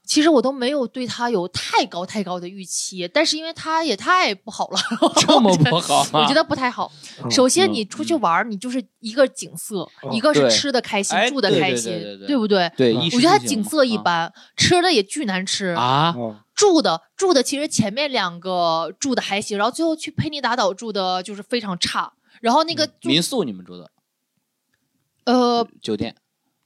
C: 其实我都没有对他有太高太高的预期，但是因为他也太不好了，
B: 这么不好吗
C: 我觉得不太好。
A: 嗯
C: 首先，
B: 嗯哦
C: 你出去玩儿，你就是一个景色，
A: 嗯
C: 一个是
B: 对
C: 吃的开心，
B: 哎
C: 住的
B: 对
C: 开
B: 对
C: 心，
B: 对对对
C: 不对？
B: 对，
A: 嗯
B: 衣食
C: 我觉得它
B: 住行
C: 景
B: 嘛
C: 色一
B: 啊
C: 般，吃的也巨难吃。
B: 啊，
A: 哦
C: 住的住的其实前面两个住的还行，然后最后去佩尼达岛住的就是非常差。然后那个住、
B: 嗯民宿你们住的
C: 呃，
B: 酒店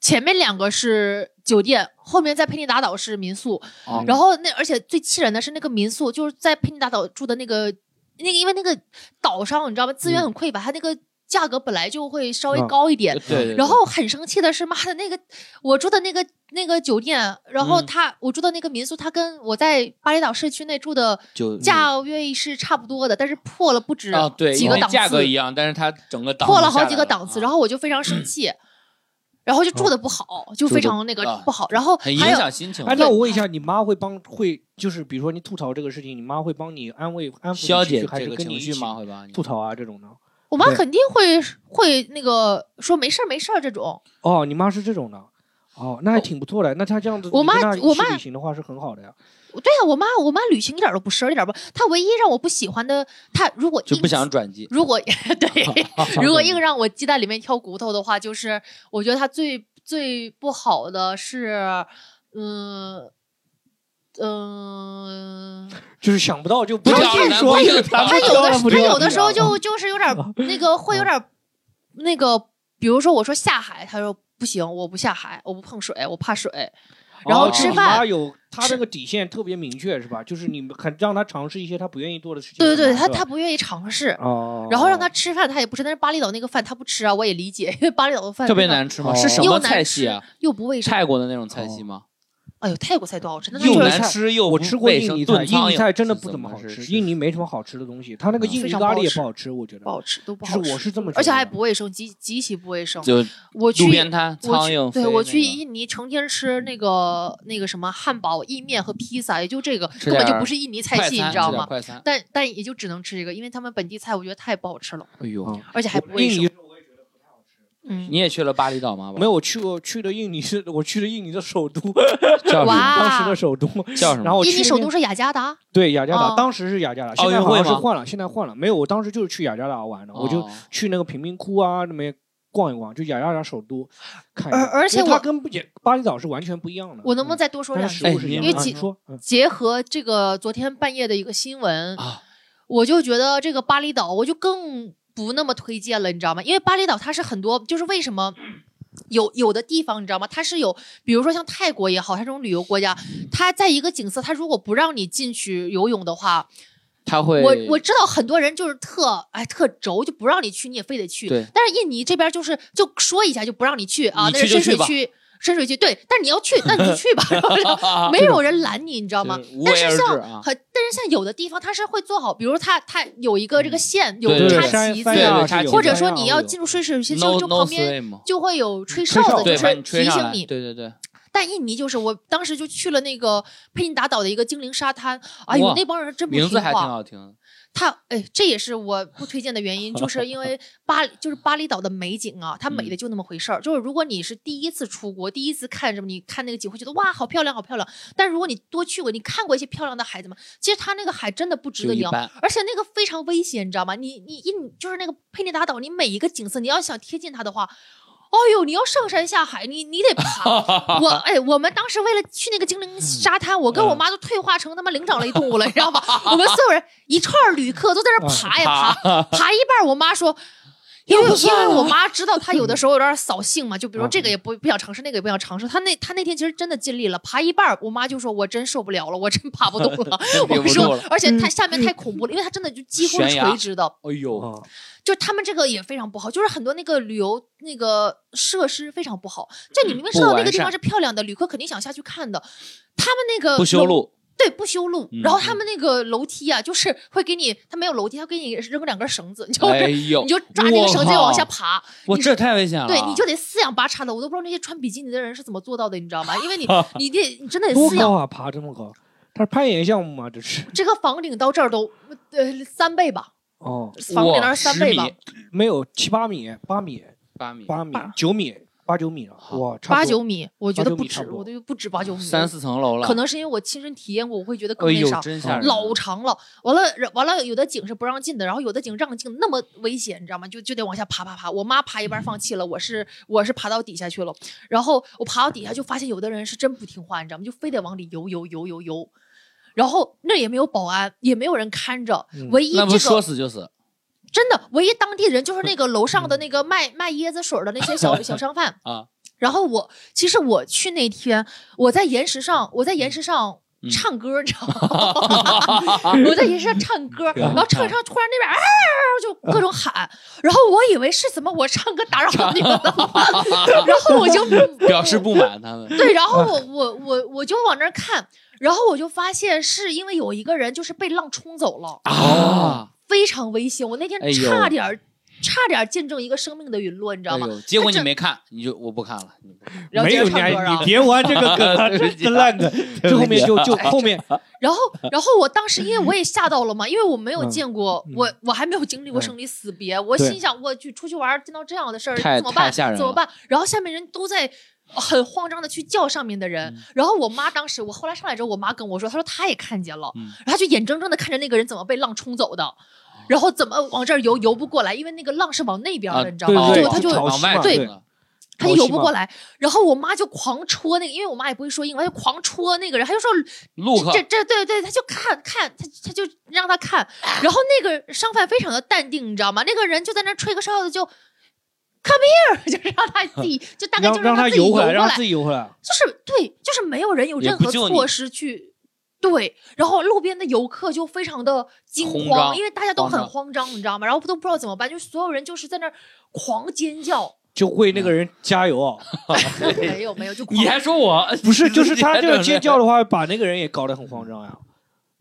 C: 前面两个是酒店，后面在佩尼达岛是民宿，
B: 啊，
C: 哦然后那而且最气人的是那个民宿，就是在佩尼达岛住的那个那个，因为那个岛上你知道吗？资源很匮乏，它那个价格本来就会稍微
A: 嗯
C: 高一点。
B: 嗯对对，对
C: 然后很生气的是，妈的那个我住的那个那个酒店，然后
B: 嗯
C: 他、我住的那个民宿，它跟我在巴厘岛市区内住的
B: 酒
C: 价位是差不多的，但是破了不止
B: 嗯啊，对，
C: 几
B: 因
C: 个
B: 为
C: 档次，
B: 价格一样，但是它整个档
C: 破
B: 次
C: 了
B: 下
C: 好
B: 来
C: 几个档
B: 啊
C: 次，
B: 嗯
C: 然后我就非常生气，然后就住的不好，就
B: 住
C: 非
B: 得
C: 常那个
B: 啊
C: 不好，然后
B: 很影
C: 还有
B: 响心情
A: 哎，
B: 嘛。
A: 那我问一下，你妈会帮会就是比如说你吐槽这个事情，你妈会帮你安慰安抚你
B: 消
A: 情
B: 解
A: 绪还
B: 这
A: 是
B: 个
A: 跟你一
B: 情绪
A: 起
B: 吗？会吧，
A: 吐槽啊这种呢？
C: 我妈
A: 对
C: 肯定会会那个说没事儿没事儿这种。
A: 哦，你妈是这种的。哦，那还挺不错的。那她这样子，
C: 我妈
A: 你跟她
C: 我
A: 一起
C: 妈
A: 旅行的话是很好的呀。
C: 对呀、我妈我妈旅行一点都不事儿，一点不。她唯一让我不喜欢的，她如果
B: 就
C: 硬
B: 不想转机。
C: 如果 对，如
A: 啊
C: 果硬让我鸡蛋里面挑骨头的话，就是我觉得她最最不好的是，嗯、 嗯、
A: 就是想不到就不
B: 不
A: 要
B: 挑了
A: 说
B: 不挑了
A: 她
C: 她有的
A: 不
C: 她
A: 挑了
C: 有的时候
A: 不挑了
C: 就就是有点儿 那个会有点儿那个，比如说我说下海，她说不行，我不下海，我不碰水，我怕水。然后
A: 哦
C: 吃
A: 你
C: 饭
A: 妈有她这个底线特别明确是吧？就是你们很让她尝试一些她不愿意做的事情。
C: 对对对，
A: 是吧
C: 她她不愿意尝试，
A: 哦，
C: 然后让他吃饭，他也不吃。但是巴厘岛那个饭他不吃啊，我也理解，因为巴厘岛的饭
B: 特别
C: 真的
B: 难吃吗？
A: 哦
B: 是什
C: 又
B: 么
C: 难
B: 菜系啊？
C: 又不卫生。
B: 泰国的那种菜系吗？
C: 哎呦，泰国菜多好吃，那
A: 又
C: 就
B: 又
A: 是
B: 难
A: 菜
B: 吃又
A: 我
B: 不
A: 吃过
B: 嗯卫
A: 印
B: 生
A: 尼
B: 炖
A: 菜，
B: 汤
A: 印
B: 也
A: 尼菜真的
B: 是
A: 不
B: 怎
A: 怎么
B: 么
A: 好
B: 是
A: 吃，
B: 是
A: 印尼没什么好吃的东西，它那个
B: 嗯
A: 印
C: 非
A: 尼
C: 常
A: 咖
C: 不好
A: 喱也
C: 吃
A: 不好吃，我觉得
C: 不。好吃，都不好
A: 就是
C: 吃。
A: 我是这么觉得，
C: 而且还不卫生，极极其不卫生。
B: 就
C: 我去
B: 路边摊
C: 我
B: 苍
C: 去，
B: 蝇飞那
C: 对
B: 个。
C: 我去印尼，成天吃那个那个什么汉堡、意面和披萨，也就这个，
B: 吃
C: 根本就
B: 点儿
C: 不是印尼
B: 快
C: 菜系，
B: 餐
C: 你知道
B: 吃点
C: 吗？
B: 快餐，
C: 但但也就只能吃这个，因为他们本地菜我觉得太不好吃了，
B: 哎呦，
A: 嗯
C: 而且还不卫
A: 印尼
C: 生。嗯，
B: 你也去了巴厘岛吗？
A: 没有，我去过去的印尼是，我去的印尼的首都，
B: 叫什么？
C: 哇
A: 当时的首都。
B: 叫什
A: 然
B: 么？
A: 后我去
C: 啊印尼
A: 那
C: 首
A: 边
C: 都是雅加达，
A: 对雅加达，
C: 哦
A: 当时是雅加达，现
B: 奥运
A: 在好像
B: 会
A: 是
B: 吗
A: 换了，现在换了。没有，我当时就是去雅加达玩的，我就
B: 哦
A: 去那个贫民窟啊那边逛一逛，就雅加达首都看一
C: 而
A: 看。
C: 而且
A: 因为它
C: 我
A: 跟不也巴厘岛是完全不一样的。
C: 我能不能
A: 再
C: 再多说两句
A: 食？物是
B: 哎
A: 一样
C: 因为
A: 的？啊
C: 几
A: 你说，嗯
C: 结合这个昨天半夜的一个新闻，
B: 啊
C: 我就觉得这个巴厘岛我就更不那么推荐了，你知道吗？因为巴厘岛它是很多，就是为什么。有有的地方你知道吗？它是有，比如说像泰国也好，它这种旅游国家，它在一个景色，它如果不让你进去游泳的话，
B: 他会
C: 我我知道很多人就是特哎特轴，就不让你去，你也非得去。
B: 对
C: 但是印尼这边就是就说一下就不让你去啊，
B: 你
C: 那
B: 去
C: 是深
B: 就去
C: 水
B: 吧
C: 区，深水区对。但是你要去，那你 就去吧，然后没有人拦你，你知道吗？
B: 就是无
C: 但
B: 为而
C: 是
B: 治
C: 像
B: 啊，
C: 很，但是像有的地方它是会做好，比如它它有一个这个线有
B: 对对
C: 插
A: 山
C: 旗子
A: 山
C: 啊
B: 对
A: 亚
B: 对
A: 是
B: 插
A: 有
B: 旗
C: 或者
A: 山
C: 说
A: 亚
C: 你
A: 是
C: 要
A: 有
C: 进入深水区，就
B: no
C: 就
B: no
C: 旁边
B: swim，
C: 就会有吹
A: 吹
C: 哨
A: 哨
C: 子，
A: 对
B: 对，
C: 就
B: 把
C: 是
B: 你吹
C: 提
B: 上
C: 醒
B: 来，对
C: 你。
B: 对对，
C: 但印尼就是我当时就去了那个佩辛达岛的一个精灵沙滩，哎呦
B: 哇，
C: 那帮人真不
B: 名字
C: 听
B: 还挺
C: 话
B: 好听。
C: 它哎，这也是我不推荐的原因，就是因为巴黎就是巴厘岛的美景啊，它美的就那么回事儿。就是如果你是第一次出国，第一次看什么，你看那个景会觉得哇，好漂亮，好漂亮。但如果你多去过，你看过一些漂亮的海，怎么？其实它那个海真的不值
B: 就
C: 得一
B: 一
C: 游，
B: 般，
C: 而且那个非常危险，你知道吗？你你一就是那个佩内达岛，你每一个景色，你要想贴近它的话，哦呦，你要上山下海，你你 得爬。我哎，我们当时为了去那个精
B: 嗯
C: 灵沙滩，我跟我妈都退化成他妈灵长类动物了，你知道吗？我们所有人一串儿旅客都
B: 嗯
C: 在那儿爬呀 爬，爬一半儿，我妈说。因为
B: 又不
C: 因
B: 算
C: 为
B: 了
C: 我妈知道她有的时候有点扫兴嘛，就比如说
A: 嗯
C: 这个也不不想尝试，那个也不想尝试。她那她那天其实真的尽力了，爬一半儿，我妈就说：“我真受不了了，我真爬不动 了。”
B: 顶
C: 我
B: 不住
C: 说
B: 了。，嗯
C: 而且它下面太恐怖了，因为它真的就几乎是
B: 悬崖
C: 垂直的，
B: 哎呦，
A: 啊，
C: 就他们这个也非常不好，就是很多那个旅游那个设施非常不好。就你明明知道那个地方是漂亮的，旅客肯定想下去看的。他们那个
B: 不修
C: 楼，
B: 路，
C: 对，不修路。
B: 嗯
C: 然后他们那个楼梯啊，就是会给你，他没有楼梯，他给你扔两根绳子，你 就、
B: 哎呦
C: 你，就抓那个绳子
B: 我靠
C: 往下爬，
B: 我
C: 你
B: 这太危
A: 啊
B: 险了。
C: 对，你就得四仰八叉的。我都不知道那些穿比基尼的人是怎么做到的，你知道吗？因 为你你得你真的得
A: 多
C: 四仰
A: 高啊，爬这么高，它是攀岩项目吗？这 是
C: 这个房顶到这儿都呃三倍吧，
A: 哦，
C: 房顶
B: 哇
C: 到这儿三
B: 10
C: 倍吧
B: 米，
A: 没有七八米、八米、
B: 八米，
A: 八米
C: 八、
A: 九米、八九米了，哇，差不多
C: 八九米，我觉
A: 八
C: 得
A: 九
C: 不
A: 米差
C: 止，
A: 不多
C: 我都不止八九米，
B: 三四层楼了，
C: 可能是因为我亲身体验过，我会觉得更
B: 哎
C: 那啥
B: 呦，，真吓人，
C: 老长了。完了，然完了，有的井是不让进的，然后有的井让进，那么危险，你知道吗？就就得往下爬爬爬。我妈爬一半放弃了，我是我是爬到底下去了。然后我爬到底下就发现有的人是真不听话，你知道吗？就非得往里游游游游游。然后那也没有保安，也没有人看着
A: 嗯，
C: 唯一
B: 那
C: 这
B: 不
C: 个
B: 说死就死。
C: 真的，唯一当地人就是那个楼上的那个卖卖椰子水儿的那 些小小商贩
B: 啊。
C: 然后我其实我去那天，我在岩石上，我在岩石上
B: 嗯
C: 唱歌，你知道 吗？我在岩石上唱歌，然后唱着唱着，突然那边啊就各种喊，然后我以为是怎么我唱歌打扰你们了， 然后我就
B: 表示不满他 们。
C: 对，然后我我我我就往那儿看，然后我就发现是因为有一个人就是被浪冲走了。
B: 啊，
C: 非常危险。我那天
B: 哎呦
C: 差点儿、差点儿见证一个生命的陨落，你知道
B: 哎
C: 吗？
B: 呦，结果
C: 这
B: 你没看，你就我不看了，你不看
C: 然后
A: 没
C: 接
A: 有
C: 着
A: 你
C: 唱歌
A: 还，
C: 啊
A: 你。别玩这 个梗啊，这这烂梗，最后面就就后面
C: 然后，然后我当时因为我也吓到了嘛，因为我没有见过，
A: 嗯
C: 我我还没有经历过
A: 嗯
C: 生离死别，我
A: 对
C: 心想我去出去玩儿见到这样的事儿
B: 太
C: 怎么办？
B: 太吓人了
C: 怎么办？然后下面人都在。很慌张的去叫上面的人，
B: 嗯
C: 然后我妈当时，我后来上来之后，我妈跟我说，她说她也看见了，
B: 嗯哦
C: 然后她就眼睁睁的看着那个人怎么被浪冲走的，然后怎么往这儿游游不过来，因为那个浪是往那边儿
B: 啊
C: 的，你知道
A: 对
C: 吗？
A: 对
C: 就
A: 对
C: 她就
A: 潮
B: 往外
A: 汐嘛
C: 对
B: 冲了
C: 他就
A: 淘
C: 游
A: 气
C: 不
A: 嘛
C: 过来，然后我妈就狂戳那个，因为我妈也不会说英文，她就狂戳那个人，她就说
B: 路克
C: 这这对对，她就看看，她她就让他看，然后那个商贩非常的淡定，你知道吗？那个人就在那吹个哨子就 come here，就是让 他自己就大概就
A: 让
C: 是
A: 让
C: 他
A: 它
C: 自己游
A: 游
C: 过
A: 回来，
C: 来，
A: 让它自己游回来。
C: 就是对，就是没有人有
B: 也
C: 任
B: 不
C: 何
B: 救你
C: 措施去。对，然后路边的游客就非常的惊
B: 慌
C: 慌，
B: 张
C: 因为大家都
B: 慌
C: 很
B: 张
C: 慌张，你知道吗？然后都不知道怎么办，就所有人就是在那儿狂尖叫，
A: 就为
B: 嗯
A: 那个人加油，
C: 没有没 有，就狂
B: 你还说我
A: 不 是，就是他这个尖叫的话，把那个人也搞得很慌张 呀。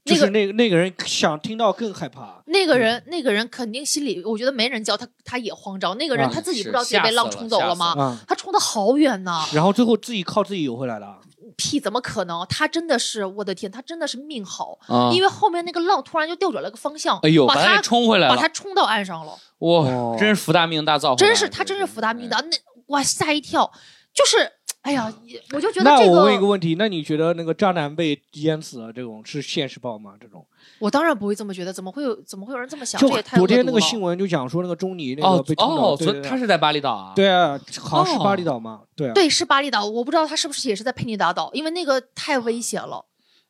A: 就
C: 那个
A: 是那个那个人想听到更害怕，
C: 那个人，那个人肯定心里，我觉得没人教他，他也慌张。那个人
A: 啊
C: 他自己
B: 是
C: 不知道自己
B: 吓
C: 被
B: 死
C: 浪
B: 了
C: 冲走
B: 吓
C: 了
B: 死
C: 吗？
A: 啊，
C: 他冲的好远呐、
A: 然后最后自己靠自己游回来了。
C: 屁，怎么可能？他真的是，我的天，他真的是命好，
B: 啊
C: 因为后面那个浪突然就调转了个方向，
B: 哎呦，
C: 把
B: 把他
C: 他
B: 给冲回来
C: 把
B: 了，
C: 他冲到岸上了，
A: 哦
B: 哇，真是福大命大造化，
C: 真是他真是福大命大，那哇吓一跳，就是哎呀，也我就觉得
A: 那
C: 这
A: 我问一个
C: 个，
A: 问题，那你觉得那个渣男被淹死了这种是现实报吗？这种
C: 我当然不会这么觉得，怎么会有怎么会有人这么想？
A: 就
C: 这也太
A: 昨
C: 恶
A: 天
C: 毒
A: 那个
C: 了
A: 新闻就讲说那个钟离那个
B: 哦
A: 被冲倒
B: 哦
A: 了，，对
B: 昨
A: 对对
B: 他是在巴厘岛啊，
A: 对啊，好像是
B: 哦
A: 巴厘岛嘛，对啊，
C: 对是巴厘岛，我不知道他是不是也是在佩尼达岛，因为那个太危险了。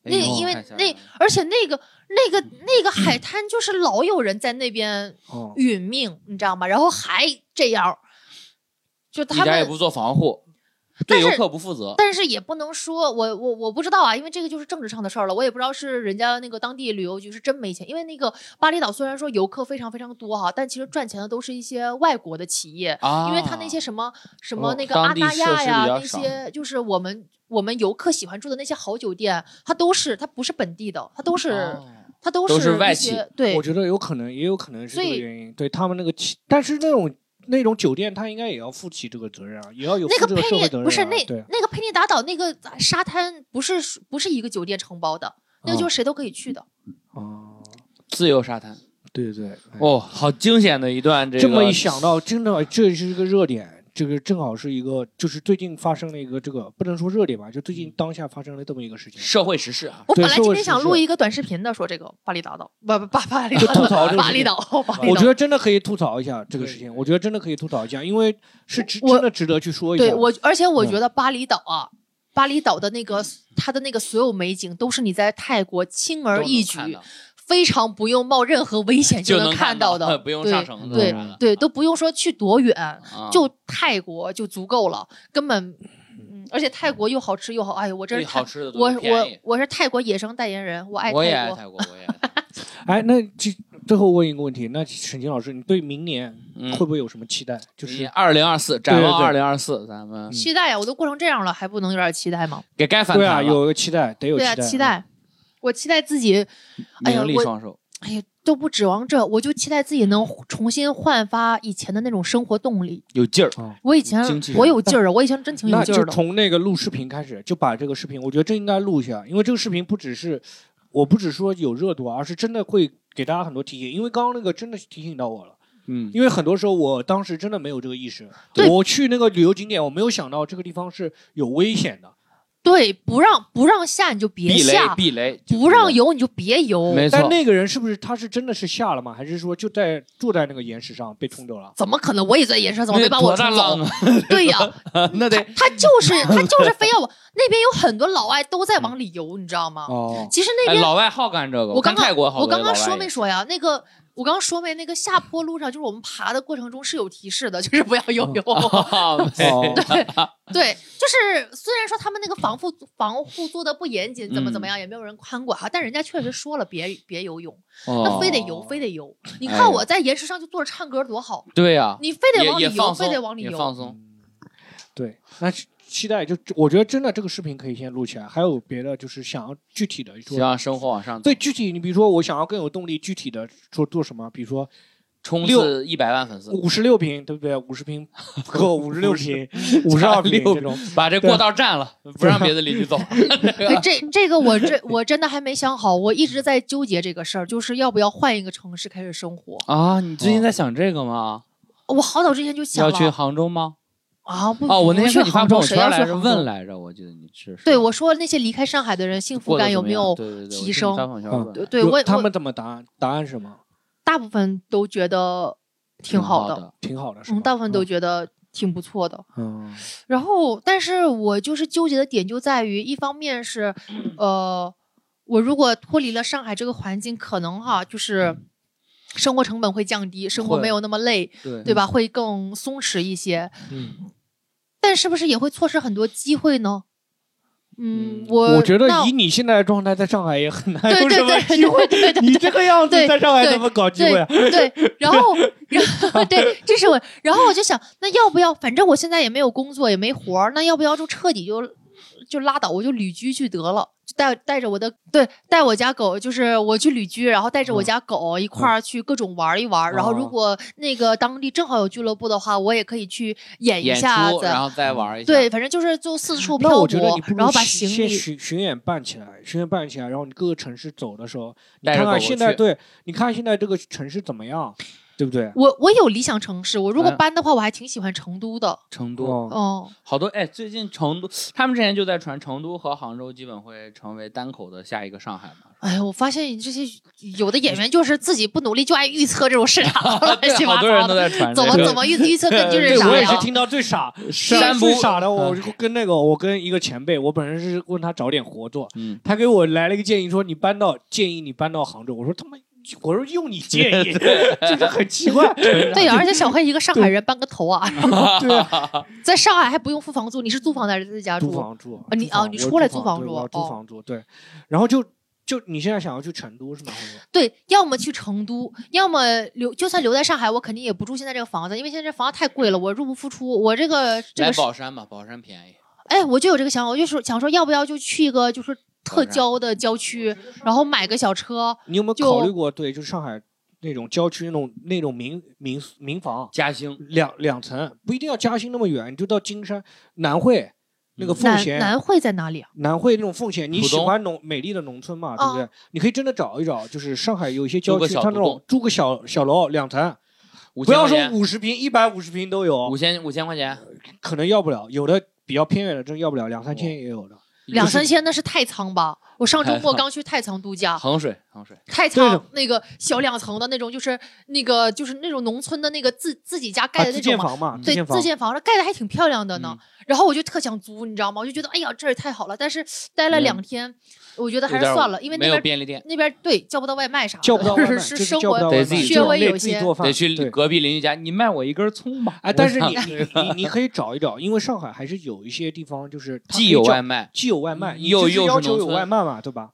B: 哎
C: 那
B: 呦，
C: 个因为
B: 太吓人
C: 那
B: 了
C: 而且那个那个那个海滩就是老有人在那边
A: 哦，
C: 殒命，你知道吗？然后还这样，就他
B: 一点也
C: 们，
B: 不做防护，
C: 但
B: 对
C: 是
B: 游客不负责，
C: 但是也不能说我我我不知道啊，因为这个就是政治上的事儿了，我也不知道是人家那个当地旅游局是真没钱，因为那个巴厘岛虽然说游客非常非常多哈，但其实赚钱的都是一些外国的企业，
B: 啊，
C: 因为他那些什么什
A: 哦
C: 么那个
B: 当
C: 阿
B: 地
C: 那
B: 设
C: 亚
B: 施
C: 呀，
B: 比较
C: 那
B: 少
C: 些就是我们我们游客喜欢住的那些好酒店，它都是它不是本地的，它都是、
B: 哦
C: 它都
B: 都是
C: 是
B: 外
C: 一
B: 企
C: 些对
A: 我觉得有可能，也有可能是这
C: 所
A: 个
C: 以
A: 原因。对他们那个气，但是那种那种酒店，他应该也要负起这个责任啊，也要有
C: 那
A: 负这
C: 个佩
A: 社会
C: 涅
A: 责任、啊。
C: 不是那
A: 对，
C: 那个佩涅达岛那个啊沙滩不是不是一个酒店承包的，那
A: 嗯
C: 个就是谁都可以去的。
A: 哦，
B: 自由沙滩
A: 对对，哎
B: 哦，好惊险的一段这个。
A: 这么一想到，真的哎这是一个热点，这个正好是一个，就是最近发生了一个这个不能说热点吧，就最
B: 嗯
A: 近当下发生了这么一个事情，
B: 社会时事啊，
C: 我
A: 对
C: 本来
A: 社
C: 今
A: 会
C: 天
A: 时
C: 想录
A: 事
C: 一个短视频的，说这个巴厘岛岛，不不巴巴厘
A: 就
C: 岛
A: 吐槽这个
C: 巴
A: 事
C: 厘
A: 情
C: 岛， 巴厘
A: 我觉
C: 岛。
A: 得真的可以吐槽一下这个
B: 对
A: 事情，我觉得真的可以吐槽一下，因为是值
C: 我
A: 真的值得去说一下。
C: 对我，而且我觉
A: 嗯
C: 得巴厘岛啊，巴厘岛的那个它的那个所有美景，都是你在泰国轻而易呃举
B: 都能看到
C: 非常不用冒任何危险
B: 就
C: 能看
B: 看
C: 到
B: 的，
C: 的，
B: 不用
C: 对
B: 上绳子
C: 对
B: 啥的
C: 对，都不用说去多远，
B: 啊
C: 就泰国就足够了，根本，嗯，而且泰国又好吃又好，哎呦，我真
B: 对
C: 是
B: 好
C: 泰，
B: 吃的
C: 我
B: 多便
C: 我
B: 宜。
C: 我是泰国野生代言人，我爱
B: 我也
C: 泰
B: 爱
C: 国，
B: 泰国，我也爱泰国
A: 哎，那这最后问一个问题，那沈清老师，你对明年
B: 嗯
A: 会不会有什么期待？就是
B: 二零二四，展
A: 对对
B: 望二
A: 对
B: 零二四，咱们
C: 期待呀，我都过成这样了，还不能有点期待吗？
B: 给该反
A: 对啊，
B: 弹了，
A: 有个期待，得有
C: 对
A: 期
C: 啊，
A: 待。
C: 期
B: 嗯
C: 待，我期待自己，哎呀
B: 名利
C: 我
B: 双收。
C: 哎呀，都不指望这，我就期待自己能重新焕发以前的那种生活动力。
B: 有劲儿，
C: 我以前
B: 精气神
C: 我有劲儿啊，我以前真挺有
A: 那
C: 劲儿
A: 就
C: 的。
A: 从那个录视频开始，就把这个视频，我觉得这应该录一下，因为这个视频不只是，我不只说有热度啊，而是真的会给大家很多提醒。因为刚刚那个真的提醒到我了，
B: 嗯，
A: 因为很多时候我当时真的没有这个意识。
C: 对
A: 我去那个旅游景点，我没有想到这个地方是有危险的。
C: 对，不让不让下你就别
B: 避雷
C: 下，
B: 避雷，
C: 不让游你就别游。
B: 没错
A: 但，那个人是不是他是真的是下了吗？还是说就在坐在那个岩石上被冲走了？
C: 怎么可能？我也在野生，怎么没把我
B: 多大
C: 冲走
B: 浪？啊？
C: 对呀、
B: 那得
C: 他就是他就是 非要我那边有很多老外都在往里游，你知道吗？
A: 哦，
C: 其实那
B: 哎，
C: 边
B: 老外好干这个，
C: 我
B: 看
C: 刚刚
B: 泰国好
C: 我
B: 多
C: 刚
B: 老
C: 刚
B: 外
C: 说
B: 也
C: 没说呀？那个我刚刚说没那个下坡路上，就是我们爬的过程中是有提示的，就是不要游 泳。
B: 嗯哦
A: 哦
C: 对，就是虽然说他们那个防护防护做的不严谨，
B: 嗯
C: 怎么怎么样，也没有人看管哈，但人家确实说了别别游泳，
B: 哦
C: 那非得游，非得游。你
B: 哎
C: 看我在岩石上就坐着唱歌多好，
B: 对呀，
C: 你非得
B: 也
C: 往
B: 也
C: 里游，
B: 放
C: 非
B: 松，
C: 得往里
B: 也
C: 游。
B: 放松。
A: 哦嗯对，那期期待就我觉得真的这个视频可以先录起来，还有别的就是想要具体的
B: 希
A: 说。
B: 望生活往上走，
A: 对，具体你比如说我想要更有动力，具体的说做什么？比如说
B: 冲
A: 六
B: 刺一百万粉丝，
A: 五十六平，对不对？五十 平够五十六 平、五十二平
B: 六
A: 这种。
B: 把这过道占了，不让别的邻居走。
C: 对这这个我这我真的还没想好，我一直在纠结这个事儿，就是要不要换一个城市开始生活。
B: 啊，你最近在想这个吗？
C: 我好早之前就想
B: 要去
C: 了
B: 杭州吗？
C: 啊，不
B: 哦，我那天
C: 去
B: 看你发
C: 杭
B: 朋
C: 州，
B: 友
C: 谁
B: 圈
C: 要去
B: 来着，
C: 杭
B: 问
C: 州？
B: 来着，我记得你是
C: 对，我说那些离开上海的人，幸福感有没有？提升
A: 嗯
C: 对对我
A: 他
C: 我
A: 们怎么答案？答案是什么？
C: 大部分都觉得挺
B: 挺
C: 好的，
B: 的。
A: 挺好的，是吧
C: 嗯，大部分都觉得挺不错的。
A: 嗯
C: 然后，但是我就是纠结的点就在于，一方面是，
A: 嗯
C: 呃，我如果脱离了上海这个环境，可能哈、就是
A: 嗯
C: 生活成本会降低，生活
B: 会
C: 没有那么累，
B: 对
C: 对吧？会更松弛一些，
A: 嗯，
C: 但是不是也会错失很多机会呢？嗯
B: 嗯，
C: 我
A: 我觉得
C: 那
A: 以你现在的状态，在上海也很难
C: 对
A: 有什
C: 对
A: 么
C: 对
A: 机会。
C: 对对对 对
A: 你这个样子
C: 对
A: 在上海
C: 对
A: 怎么搞机会
C: 对
A: 啊？
C: 对，然后，然后 对，这是我，然后我就想，那要不要？反正我现在也没有工作，也没活儿，那要不要就彻底就就拉倒，我就旅居去得了，就带带着我的对，带我家狗，就是我去旅居，然后带着我
A: 嗯
C: 家狗一块儿去各种玩儿一玩儿。然后如
A: 哦
C: 果那个当地正好有俱乐部的话，我也可以去演一
B: 演
C: 下
B: 出，然
C: 子。
B: 后再玩一下。
C: 对，，反正就是就四处
A: 那
C: 漂
A: 我觉得
C: 泊
A: 你不，如
C: 然后把
A: 先
C: 行
A: 先
C: 李
A: 巡巡演办起来，巡演办起来，然后你各个城市走的时候，你
B: 带着
A: 看看
B: 狗狗
A: 现在
B: 去
A: 对，你看现在这个城市怎么样，对不对？
C: 我我有理想城市，我如果
B: 嗯
C: 搬的话，我还挺喜欢成都的。
B: 成都
A: 哦，
C: 哦，
B: 好多哎，最近成都，他们之前就在传成都和杭州基本会成为单口的下一个上海嘛。
C: 哎呀，我发现你这些有的演员就是自己不努力，就爱预测这种市 场乱七
B: 对，好
C: 八
B: 多人
C: 糟
B: 都
C: 的。
B: 在传
C: 怎
B: 这
C: 么
B: 个
C: 怎么预预测根据
B: 对
C: 是
A: 对，
C: 啥
A: 我也
C: 呀
A: 是？听到最傻，
B: 山
A: 啊最
B: 不
A: 傻的，我
B: 嗯
A: 跟那个，我跟一个前辈，我本身是问他找点活做，
B: 嗯，
A: 他给我来了一个建议，说你搬到建议你搬到杭州，我说他妈，我说用你建议， 就是很奇怪，
C: 对啊呀，而且小黑一个上海人搬个头啊，
A: 对啊，
C: 在上海还不用付房租，你是租房还是在家
A: 租
C: 住？
A: 房住
C: 啊你
A: 租房
C: 啊你
A: 我是
C: 出来
A: 租
C: 租
A: 房
C: 房
A: 对
C: 住
A: 我要租
C: 哦
A: 房住，对，然后就就你现在想要去成都是吗？
C: 对，要么去成都，要么留，就算留在上海，我肯定也不住现在这个房子，因为现在这房子太贵了，我入不敷出。我这个这
B: 来
C: 个是，
B: 宝山吧，宝山便宜。
C: 哎，我就有这个想法，我就是想说，要不要就去一个就是特
B: 晚上
C: 郊的郊区，然后买个小车，
A: 你有没有
C: 就
A: 考虑过对，就上海那种郊区那种那种民民宿民房，
B: 嘉兴
A: 两两层，不一定要嘉兴那么远，你就到金山南汇那个奉
C: 南
A: 贤
C: 嗯南汇在哪里啊？
A: 南汇那种奉贤，你
B: 浦
A: 喜
B: 东
A: 欢农美丽的农村
C: 哦
A: 嘛，对不对？你可以真的找一找，就是上海有一些郊
B: 租个
A: 区，
B: 小
A: 它那
B: 胡
A: 种
B: 同
A: 住个小小楼两层，
B: 五
A: 不
B: 千
A: 要
B: 块
A: 说
B: 钱，
A: 五十平、一百五十平都有
B: 五，千五千块钱，
A: 可能要不了，有的比较偏远的真要不了，两三千也有的。
C: 两
B: 就是
C: 三千啊那是太仓吧？我上周
B: 太
C: 末
B: 仓
C: 刚去太仓度假，
B: 衡水衡水，
C: 太
A: 对
C: 仓那个小两层的那种，就是那个就是那种农村的那个自自己家盖
A: 啊，
C: 的那
A: 自
C: 种
A: 建
C: 嘛，
A: 房嘛，
C: 对
A: 建
C: 自
A: 房。嗯
C: 建房，盖的还挺漂亮的呢。然后我就特想租，你知道吗？我就觉得哎呀这儿太好了，但是待了
B: 嗯
C: 两天，我觉得还
B: 有
C: 是
B: 点
C: 算了，因为
B: 没
C: 那
B: 有
C: 边
B: 便利店，
C: 那边对叫不到外卖啥的，
A: 叫不到外卖，
C: 是
A: 就是
C: 生
A: 叫不到
C: 活
A: 外卖，
B: 得自己
A: 就
C: 做
A: 是
C: 饭
A: 类自己做饭，
B: 得去
A: 对
B: 隔壁邻居家，你卖我一根葱吧。
A: 哎，但是
B: 我
A: 你你你你可以找一找，因为上海还是有一些地方就是它
B: 既有
A: 可以叫
B: 外卖，
A: 既有外卖，
C: 嗯
A: 你
B: 又
A: 就是
B: 又是
A: 要求
B: 农
A: 有
B: 村
A: 外卖嘛，对吧？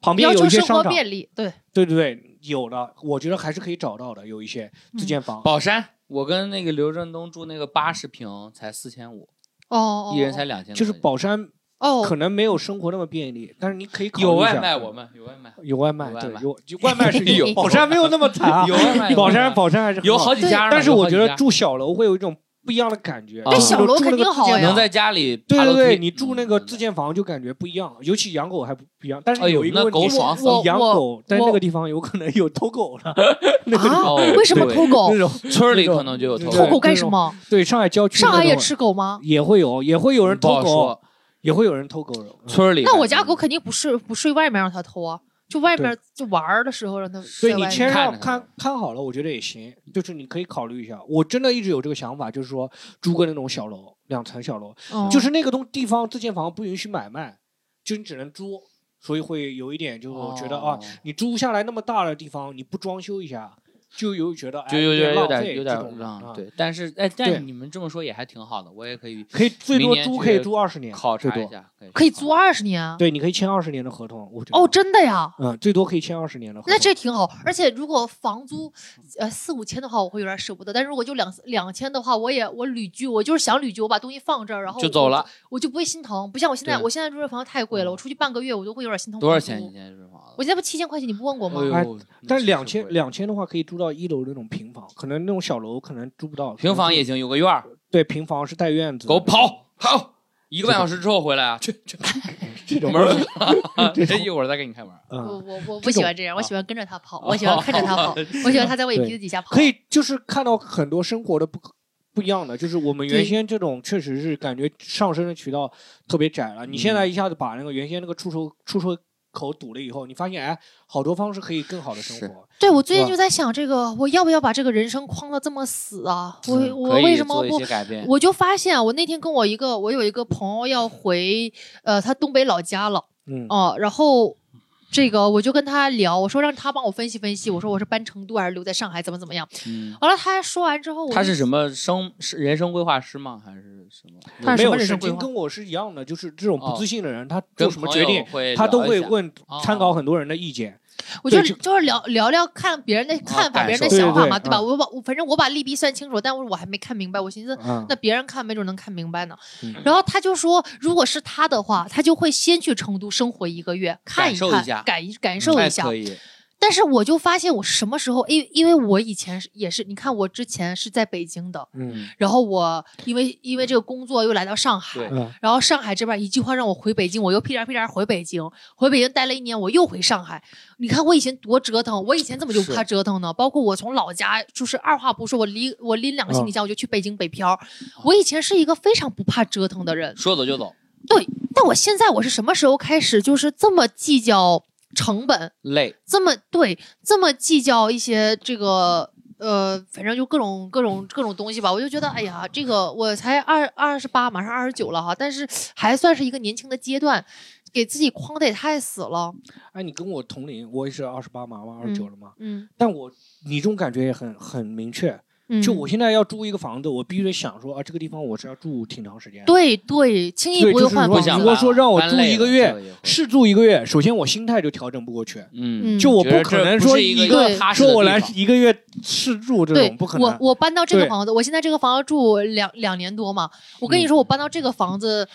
A: 旁边
C: 要
A: 有
C: 求
A: 一些
C: 生活
A: 商场，
C: 便利，对，
A: 对对对，有的，我觉得还是可以找到的，有一些
C: 嗯
A: 自建房。
B: 宝山，我跟那个刘振东住那个八十平才四千五，
C: 哦，
B: 一人才两千，
A: 就是宝山
C: 哦，
A: 可能没有生活那么便利，但是你可以考虑
B: 有
A: 一
B: 外
A: 下
B: 卖，我们有外卖，
A: 有外卖，
B: 有外
A: 对，
B: 卖
A: 有就外卖 是
B: 有
A: 宝山没有那么惨啊，
B: 有外卖，
A: 宝山宝山还是很
B: 有好几家呢，
A: 但是
B: 有好
A: 我
B: 几
A: 觉得
B: 家
A: 住小楼会有一种不一样的感觉。
B: 对
A: 就是
B: 小
A: 说
C: 哦楼
A: 住
C: 肯
A: 那个
C: 定
A: 自
C: 好
A: 建
C: 呀
B: 能在家里
A: 对
B: 爬
A: 对
B: 楼
A: 对，
B: 梯
A: 你住那个自建房就感觉不一样，尤其养狗还不不一样。但
B: 哎
A: 是有
B: 呦
A: 一
B: 那
A: 个
B: 狗
A: 你
B: 爽死
C: 了
A: 你养
C: 我
A: 狗，但是
C: 我
A: 那个地方有可能有偷狗的 那个地
C: 啊哦
A: 方
B: 哦，
C: 为什么
A: 对
C: 偷狗
A: 那？种。
B: 村里可能就有
A: 对
B: 偷
C: 偷
B: 狗，
C: 狗干什么？
A: 对，上海郊区
C: 上海
A: 那
C: 也
A: 种
C: 吃狗吗？
A: 也会有，也会有人
B: 不
A: 偷
B: 好
A: 狗，
B: 说。
A: 也会有人偷狗肉。嗯
B: 村里
C: 那我家狗肯定不睡不睡外面让它偷啊，就外面就玩儿的时候让它
A: 对
C: 睡
A: 你
C: 外
A: 先
C: 面。
A: 让
B: 看着
A: 看看好了，我觉得也行，就是你可以考虑一下。我真的一直有这个想法，就是说租个那种小楼，两层小楼，
C: 嗯
A: 就是那个东地方自建房不允许买卖，就你只能租，所以会有一点就是我觉得啊，
B: 哦
A: 你租下来那么大的地方，你不装修一下，就有觉得哎
B: 就有
A: 点
B: 点有
A: 浪费
B: 点有点
A: 这种的
B: 浪
A: 啊，
B: 对，但是哎，
A: 对
B: 但你们这么说也还挺好的，我也可以
A: 可以最
B: 明
A: 多
B: 年
A: 租
B: 去
A: 可以租二十年，
B: 考
A: 最
B: 察一
A: 多
B: 下，
C: 可以租
B: 考察
C: 二十年啊。
A: 对，你可以签二十年的合同，我觉得
C: 哦，真的呀，
A: 嗯，最多可以签二十年的合同。
C: 那这挺好。而且如果房租呃四五千的话，我会有点舍不得。但如果就两两千的话，我也我旅居，我就是想旅居，我把东西放这儿，然后
B: 就
C: 我
B: 走了，。
C: 我就不会心疼。不像我现在，
B: 对
C: 我现在住这房太贵了，我出去半个月我都会有点心疼。
B: 多少钱一？间这房
C: 我
B: 子？
C: 现在不七千块钱，你不问我吗？
A: 哎
B: 哎呦，
A: 但
B: 是
A: 是两千两千的话，可以租到一楼那种平房，可能那种小楼可能租不到。可能
B: 平房
A: 租
B: 也行，有个院儿，
A: 对，平房是带院子的。
B: 狗跑跑，一个半小时之后回来啊，去
A: 这
B: 去
A: 种
B: 门儿 啊不 了，一会儿再给你开门。
C: 我
A: 嗯，
C: 我
A: 这
C: 我不喜欢
A: 种
C: 这样，
B: 啊
C: 我喜欢跟着他跑，我喜欢看着他跑，我喜欢他在我眼皮子底下跑。
A: 可，以就是看到很多生活的不可不一样的，就是我们原先这种确实是感觉上升的渠道特别窄了，你现
B: 嗯
A: 在一下子把那个原先那个出手出手口堵了以后，你发现哎，好多方式可以更好的生活。
C: 对我最近
A: 哇
C: 就在想这个，我要不要把这个人生框的这么死啊？我
B: 嗯
C: 我
B: 可以
C: 为什么
B: 做一
C: 不
B: 些改变？
C: 我就发现，啊我那天跟我一个，我有一个朋友要回，呃，他东北老家了
A: 嗯，
C: 哦、然后这个我就跟他聊，我说让他帮我分析分析，我说我是搬成都还是留在上海，怎么怎么样。
B: 嗯，
C: 完了，他说完之后，我
B: 他
C: 就是
B: 什么生是人生规划师吗？还是什么？
A: 没
C: 他是什么
A: 有，
C: 人
A: 沈
C: 生规
A: 经
C: 划
A: 跟我是一样的，就是这种不
B: 哦
A: 自信的人，他
B: 跟
A: 做什么决定，
B: 朋友
A: 他都
B: 聊一
A: 会
B: 下
A: 问
B: 哦
A: 参考很多人的意见。
C: 我就
A: 对就是
C: 聊聊聊看别人的看法，
B: 啊感
C: 别人的
B: 受
C: 想法嘛，
A: 对对
C: 对吧？
A: 嗯
C: 我把我反正我把利弊算清楚，但我我还没看明白，我寻思
A: 嗯
C: 那别人看没准能看明白呢
A: 嗯。
C: 然后他就说，如果是他的话，他就会先去成都生活一个月，看
B: 感受
C: 看
B: 一下，
C: 感感受
B: 哎
C: 一下
B: 可。以，
C: 但是我就发现我什么时候，因因为我以前是也是，你看我之前是在北京的，
A: 嗯
C: 然后我因为因为这个工作又来到上海
B: 对，
A: 嗯，
C: 然后上海这边一句话让我回北京，我又屁颠儿屁颠儿回北京，回北京待了一年，我又回上海。你看我以前多折腾，我以前怎么就是不怕折腾呢？包括我从老家就是二话不说，我拎我拎两个行李箱我就去北京北漂。我以前是一个非常不怕折腾的人，
B: 说走就走，
C: 但我现在我是什么时候开始就是这么计较成本？
B: 累。
C: 这么对，这么计较一些这个呃，反正就各种各种各种东西吧，我就觉得哎呀，这个我才二二十八，马上二十九了哈，但是还算是一个年轻的阶段，给自己框的也太死了。
A: 哎，你跟我同龄，我也是二十八嘛，二十九了嘛。
C: 嗯
A: 但我你这种感觉也很很明确，
C: 嗯，
A: 就我现在要租一个房子，我必须得想说啊，这个地方我是要住挺长时间。，
C: 对对，轻易
A: 对
C: 不
A: 就
C: 会
A: 是
C: 换
A: 说
C: 房
A: 你
B: 不想
A: 如
C: 子
A: 果
B: 搬。
A: 说让我
B: 搬
A: 租
B: 累
A: 一个
B: 了
A: 月
B: 这也会
A: 是住一个月，首先我心态就调整不过去，
B: 嗯，
A: 就我
B: 觉得
A: 不可
B: 这
A: 能
B: 不
A: 说
B: 是一
A: 一
C: 个
B: 个踏实的
A: 说我
B: 地
A: 来
B: 方
A: 一个月试住这
C: 对
A: 种不可，
C: 我
A: 能。
C: 我搬到这个
A: 对
C: 房子，我现在这个房子住两两年多嘛，我跟你说，我搬到这个房子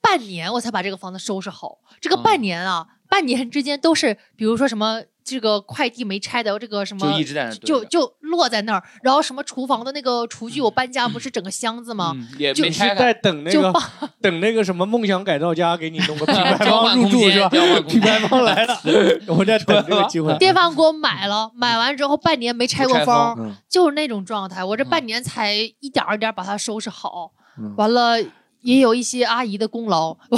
C: 半年，我才把这个房子收拾好。这个
B: 嗯
C: 半年啊，半年之间都是，比如说什么这个快递没拆的，这个什
B: 就
C: 么
B: 一直在那儿
C: 嗯就
B: 蹲着
C: 就落在那儿，然后什么厨房的那个厨具，我搬家不是整个箱子吗？
B: 嗯也
C: 就
B: 没
A: 你是
B: 拆
A: 在
B: 开，
A: 等那
C: 就
A: 个
C: 放
A: 等那个什么梦想改造家给你弄 个品牌
B: 交
A: 方
B: 换
A: 入
B: 空
A: 驻
B: 间
A: 是 吧？
B: 交换空
A: 品牌方来 了，我在等这个机会。
C: 电饭锅买了，买完之后半年没拆过
B: 不拆
C: 封，
A: 嗯
C: 就是那种状态。我这
B: 嗯
C: 半年才一点儿一点儿把它收拾好，
A: 嗯
C: 完了也有一些阿姨的功劳。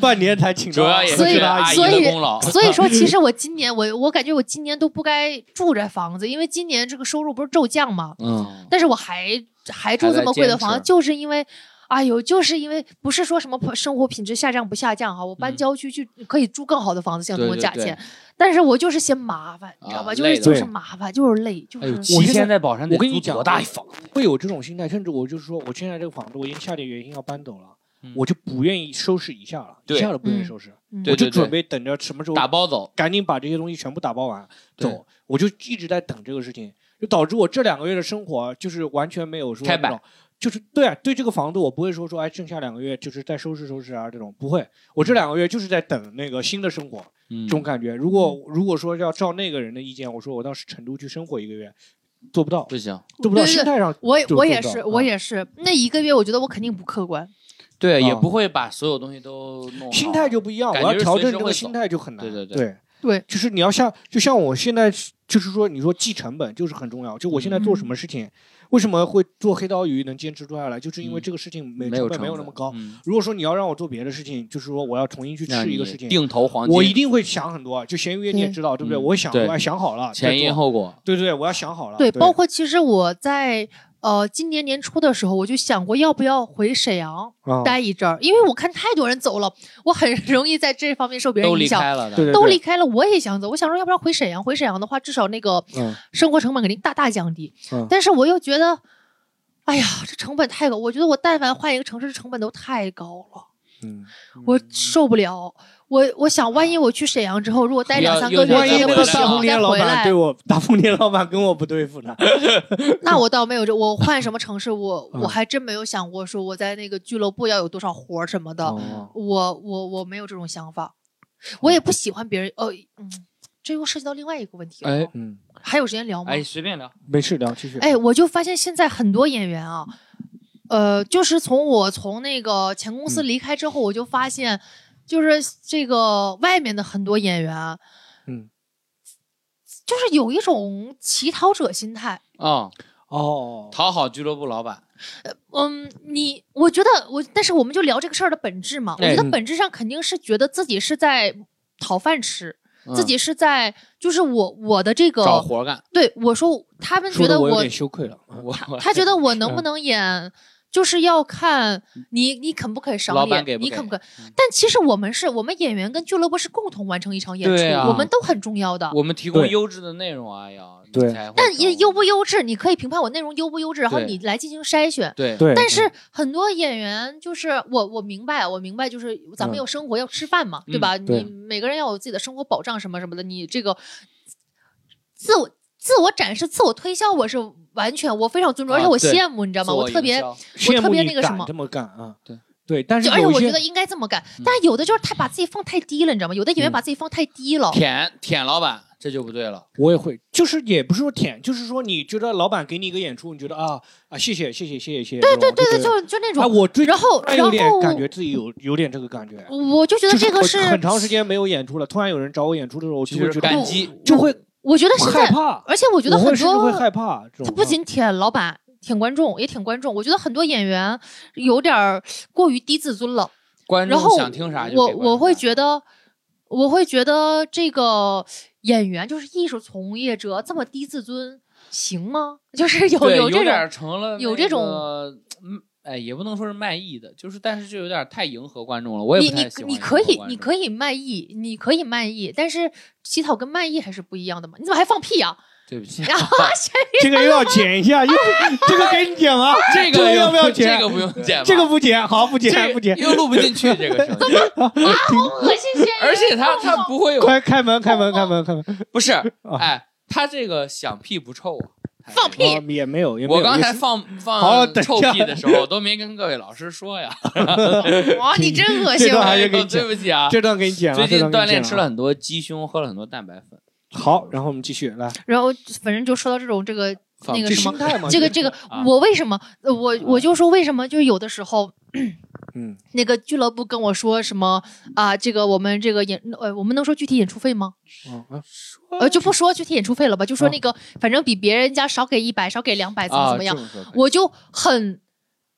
A: 半年才请
B: 主
A: 到
B: 要也
C: 所以
B: 是阿姨
C: 所以
B: 的功劳。
C: 所以说，其实我今年我我感觉我今年都不该住这房子，因为今年这个收入不是骤降嘛，
B: 嗯，
C: 但是我还还住
B: 还在
C: 这么贵的房
B: 坚
C: 子，
B: 持
C: 就是因为。哎呦，就是因为不是说什么生活品质下降不下降哈，我搬
B: 嗯
C: 郊区去可以住更好的房子，相同的
B: 对对
C: 价
B: 对
C: 钱，但是我就是嫌麻烦，你知道
B: 啊
C: 吧？就
B: 累
C: 是
B: 的
C: 就是
A: 对
C: 麻烦，就是累，就
B: 哎呦，
C: 是
A: 我
B: 七
A: 现
B: 天
A: 在
B: 在宝山得
A: 我跟你
B: 租
A: 讲
B: 多大一房？
A: 会有这种心态，甚至我就是说，我现在这个房子，我因为下定决心要搬走了，
B: 嗯
A: 我就不愿意收拾一下了，一
B: 对
A: 下都不愿意
C: 嗯
A: 收拾，
C: 嗯
B: 对
A: 我就
B: 对对
A: 准备等着什么时候
B: 打包走，
A: 赶紧把这些东西全部打包完
B: 对
A: 走，我就一直在等这个事情，就导致我这两个月的生活就是完全没有说
B: 开
A: 那种，就是对啊，对这个房子我不会说说哎，剩下两个月就是再收拾收拾啊这种不会，我这两个月就是在等那个新的生活
B: 嗯
A: 这种感觉。如果
C: 嗯
A: 如果说要照那个人的意见，我说我到成都去生活一个月，做不到，
B: 不行。
A: 做不到，
C: 对对
A: 心态上
C: 我也
A: 就
C: 我
A: 是
C: 也
A: 做不
C: 是，
A: 到
C: 我
A: 嗯
C: 也是。那一个月，我觉得我肯定不客观。
B: 对，也
A: 啊
B: 不会把所有东西都弄好。
A: 心态就不一样，我
B: 哦感
A: 要
B: 觉是
A: 调
B: 随
A: 整
B: 时
A: 这个
B: 会
A: 心
B: 走
A: 态就很难。
B: 对对
A: 对
C: 对
A: 就是你要像，就像我现在是就是说，你说记成本就是很重要。就
B: 嗯
A: 我现在做什么事情，为什么会做黑刀鱼能坚持做下来，就是因为
B: 嗯
A: 这个事情没
B: 没
A: 成
B: 有
A: 本没有
B: 成
A: 那么
B: 本
A: 高。
B: 嗯
A: 如果说你要让我做别的事情，就是说我要重新去
B: 让
A: 吃一个
B: 你
A: 事情，
B: 定投黄金，
A: 我一定会想很多。就闲鱼你也
C: 对
A: 知道，对不对？
B: 嗯
A: 我会想说，
B: 对
A: 哎，想好了再
B: 前因
A: 做
B: 后果。
A: 对对，对我要想
B: 啊
A: 好了。
C: 对，
A: 对，
C: 包括其实我在呃今年年初的时候，我就想过要不要回沈阳
A: 啊
C: 待一阵儿，因为我看太多人走了， 我很容易在这方面受别人
B: 都离
C: 影响。
B: 开了的，
A: 对对
C: 都
A: 对，
C: 离开了，我也想走。我想说，要不然回沈阳？回沈阳的话，至少那个
A: 嗯
C: 生活成本肯定大大降低。
A: 嗯
C: 但是我又觉得，哎呀，这成本太高。我觉得我但凡换一个城市，成本都太高了。
A: 嗯，
C: 我受不了。我我想，万一我去沈阳之后，如果待
B: 要
C: 两三个
B: 又
C: 月，
B: 对
A: 万
B: 再
A: 一
B: 回来
C: 我不
A: 大
B: 了
C: 行
A: 红
C: 再
A: 店老
C: 回
A: 板对
C: 来，
A: 我大红店老板跟我不对付呢。
C: 那我倒没有这，我换什么城市，我
A: 嗯
C: 我还真没有想过说我在那个俱乐部要有多少活儿什么的，
A: 哦
C: 我我我没有这种想法，我也不喜欢别人，呃，嗯，这又涉及到另外一个问题了，
B: 哎
A: 嗯，
C: 还有时间聊吗？
B: 哎，随便聊，
A: 没事，聊继续。
C: 哎，我就发现现在很多演员啊，呃，就是从我从那个前公司
A: 嗯
C: 离开之后，我就发现，就是这个外面的很多演员啊，
A: 嗯，
C: 就是有一种乞讨者心态。
B: 嗯，
A: 哦，
B: 讨好俱乐部老板，
C: 嗯，你我觉得我，但是我们就聊这个事儿的本质嘛。我
B: 哎
C: 觉得
A: 嗯
C: 本质上肯定是觉得自己是在讨饭吃，
B: 嗯
C: 自己是在就是我我的这
B: 找
C: 个
B: 活儿干，
C: 对我说，他们觉
A: 说
C: 得
A: 的我有
C: 我
A: 点羞愧了。
B: 我
C: 他觉得我能
B: 嗯
C: 不能演，就是要看你你肯不肯
B: 老
C: 赏
B: 板
C: 脸，
B: 给不
C: 你
B: 给
C: 肯不肯
B: 嗯。
C: 但其实我们是我们演员跟俱乐部是共同完成一场演
B: 对
C: 出，
B: 啊
C: 我们都很重要的。
B: 我们提供
A: 对
B: 优质的内容啊，要
A: 对
B: 你才会
C: 但也
B: 找
C: 优不优质，你可以评判我内容优不优质，然后
B: 对
C: 你来进行筛选。
B: 对
A: 对，
C: 但是很多演员就是我，我明白，我明白，就是咱
A: 嗯
C: 们有生活要吃饭嘛，对
B: 嗯
C: 吧？
A: 对
C: 你每个人要有自己的生活保障什么什么的，你这个自我自我展示、自我推销，我是完全我非常尊重，而
B: 啊
C: 且我
B: 对
C: 羡慕，你知道吗？
B: 自
C: 我特
B: 营
C: 别
B: 销
A: 羡
C: 我
A: 慕
C: 特别
A: 你
C: 那个
A: 敢
C: 什么
A: 这么干啊，
B: 对
A: 对，但是
C: 就而且
A: 有一
C: 我
A: 些
C: 觉得应该这么干，
B: 嗯
C: 但有的就是他把自己放太低了，你知道吗？有的演员
A: 嗯
C: 把自己放太低了，
B: 舔舔老板，这就不对了，
A: 我也会，就是也不是说舔，就是说你觉得老板给你一个演出，你觉得啊啊谢谢谢谢谢谢谢谢，对对
C: 对对，就就那
A: 啊
C: 种，
A: 我最
C: 然后
A: 突然
C: 然
A: 有点
C: 后
A: 感觉自己有有点这个感觉，
C: 我就觉
A: 就
C: 得这个
A: 我很
C: 是，
A: 长时间没有演出了，突然有人找我演出的时候，我就
B: 这
A: 会
B: 就是
A: 觉得哦
B: 感激，
A: 就会
C: 我觉得现
A: 害
C: 在，
A: 怕，
C: 而且我觉得
A: 我会
C: 很
A: 甚至会
C: 多，
A: 害怕这种。啊
C: 他不仅舔老板，舔观众，也舔观众。我觉得很多演员有点儿过于低自尊了，
B: 观
C: 然
B: 众
C: 后
B: 想听啥就
C: 我
B: 给观众
C: 我会
B: 啥
C: 觉得，我会觉得这个演员就是艺术从业者这么低自尊行吗？ 就是有
B: 对
C: 有
B: 有
C: 这
B: 点
C: 种
B: 儿成了
C: 有
B: 那
C: 这种
B: 个嗯。哎，也不能说是卖艺的，就是但是就有点太迎合观众了，我也
C: 你
B: 不太
C: 你
B: 喜欢
C: 你可以你
B: 以
C: 可以卖艺，你可以卖艺，但是乞讨跟卖艺还是不一样的嘛？你怎么还放屁啊？
B: 对不起，
C: 然后 谁
A: 这个又要剪一 下，又这个给你剪啊，
B: 这
A: 这个
B: 个
A: 要不要
B: 这
A: 剪
B: 个不用剪吧，
A: 这个不剪，好不
B: 这
A: 剪
B: 个
A: 不剪，
B: 又录不进去这个 声音，
C: 恶心谁？
B: 而且他他 不会有
A: 快开门开门开门开门，
B: 不是，哎，他这个响屁不臭啊，
D: 放屁
A: 啊也没有，也没有
B: 我刚才
A: 也是
B: 放
A: 好了
B: 放
A: 等一
B: 臭
A: 下
B: 屁的时候都没跟各位老师说呀，
D: 哇，你真恶
A: 这
D: 心！
A: 段还
B: 哎
A: 是
B: 呦
A: 给你
B: 对
A: 讲，
B: 不起啊。
A: 这段给你剪了，
B: 最近
A: 这段
B: 锻
A: 给你剪
B: 炼吃了很多鸡胸，喝了很多蛋白粉。
A: 好，然后我们继续来
C: 然后反正就说到这种这个
B: 放
C: 那个
A: 这
C: 什么
A: 心态嘛，
C: 这个这个
B: 啊，嗯
C: 我为什么呃我我就说为什么就是有的时候
A: 嗯，
C: 那个俱乐部跟我说什么啊，这个我们这个演呃我们能说具体演出费吗？
A: 哦啊
C: 呃就不说具体演出费了吧，就说
A: 啊
C: 那个反正比别人家少给一百，少给两百，怎么
B: 啊
C: 怎么样？
B: 这说可以
C: 我就很，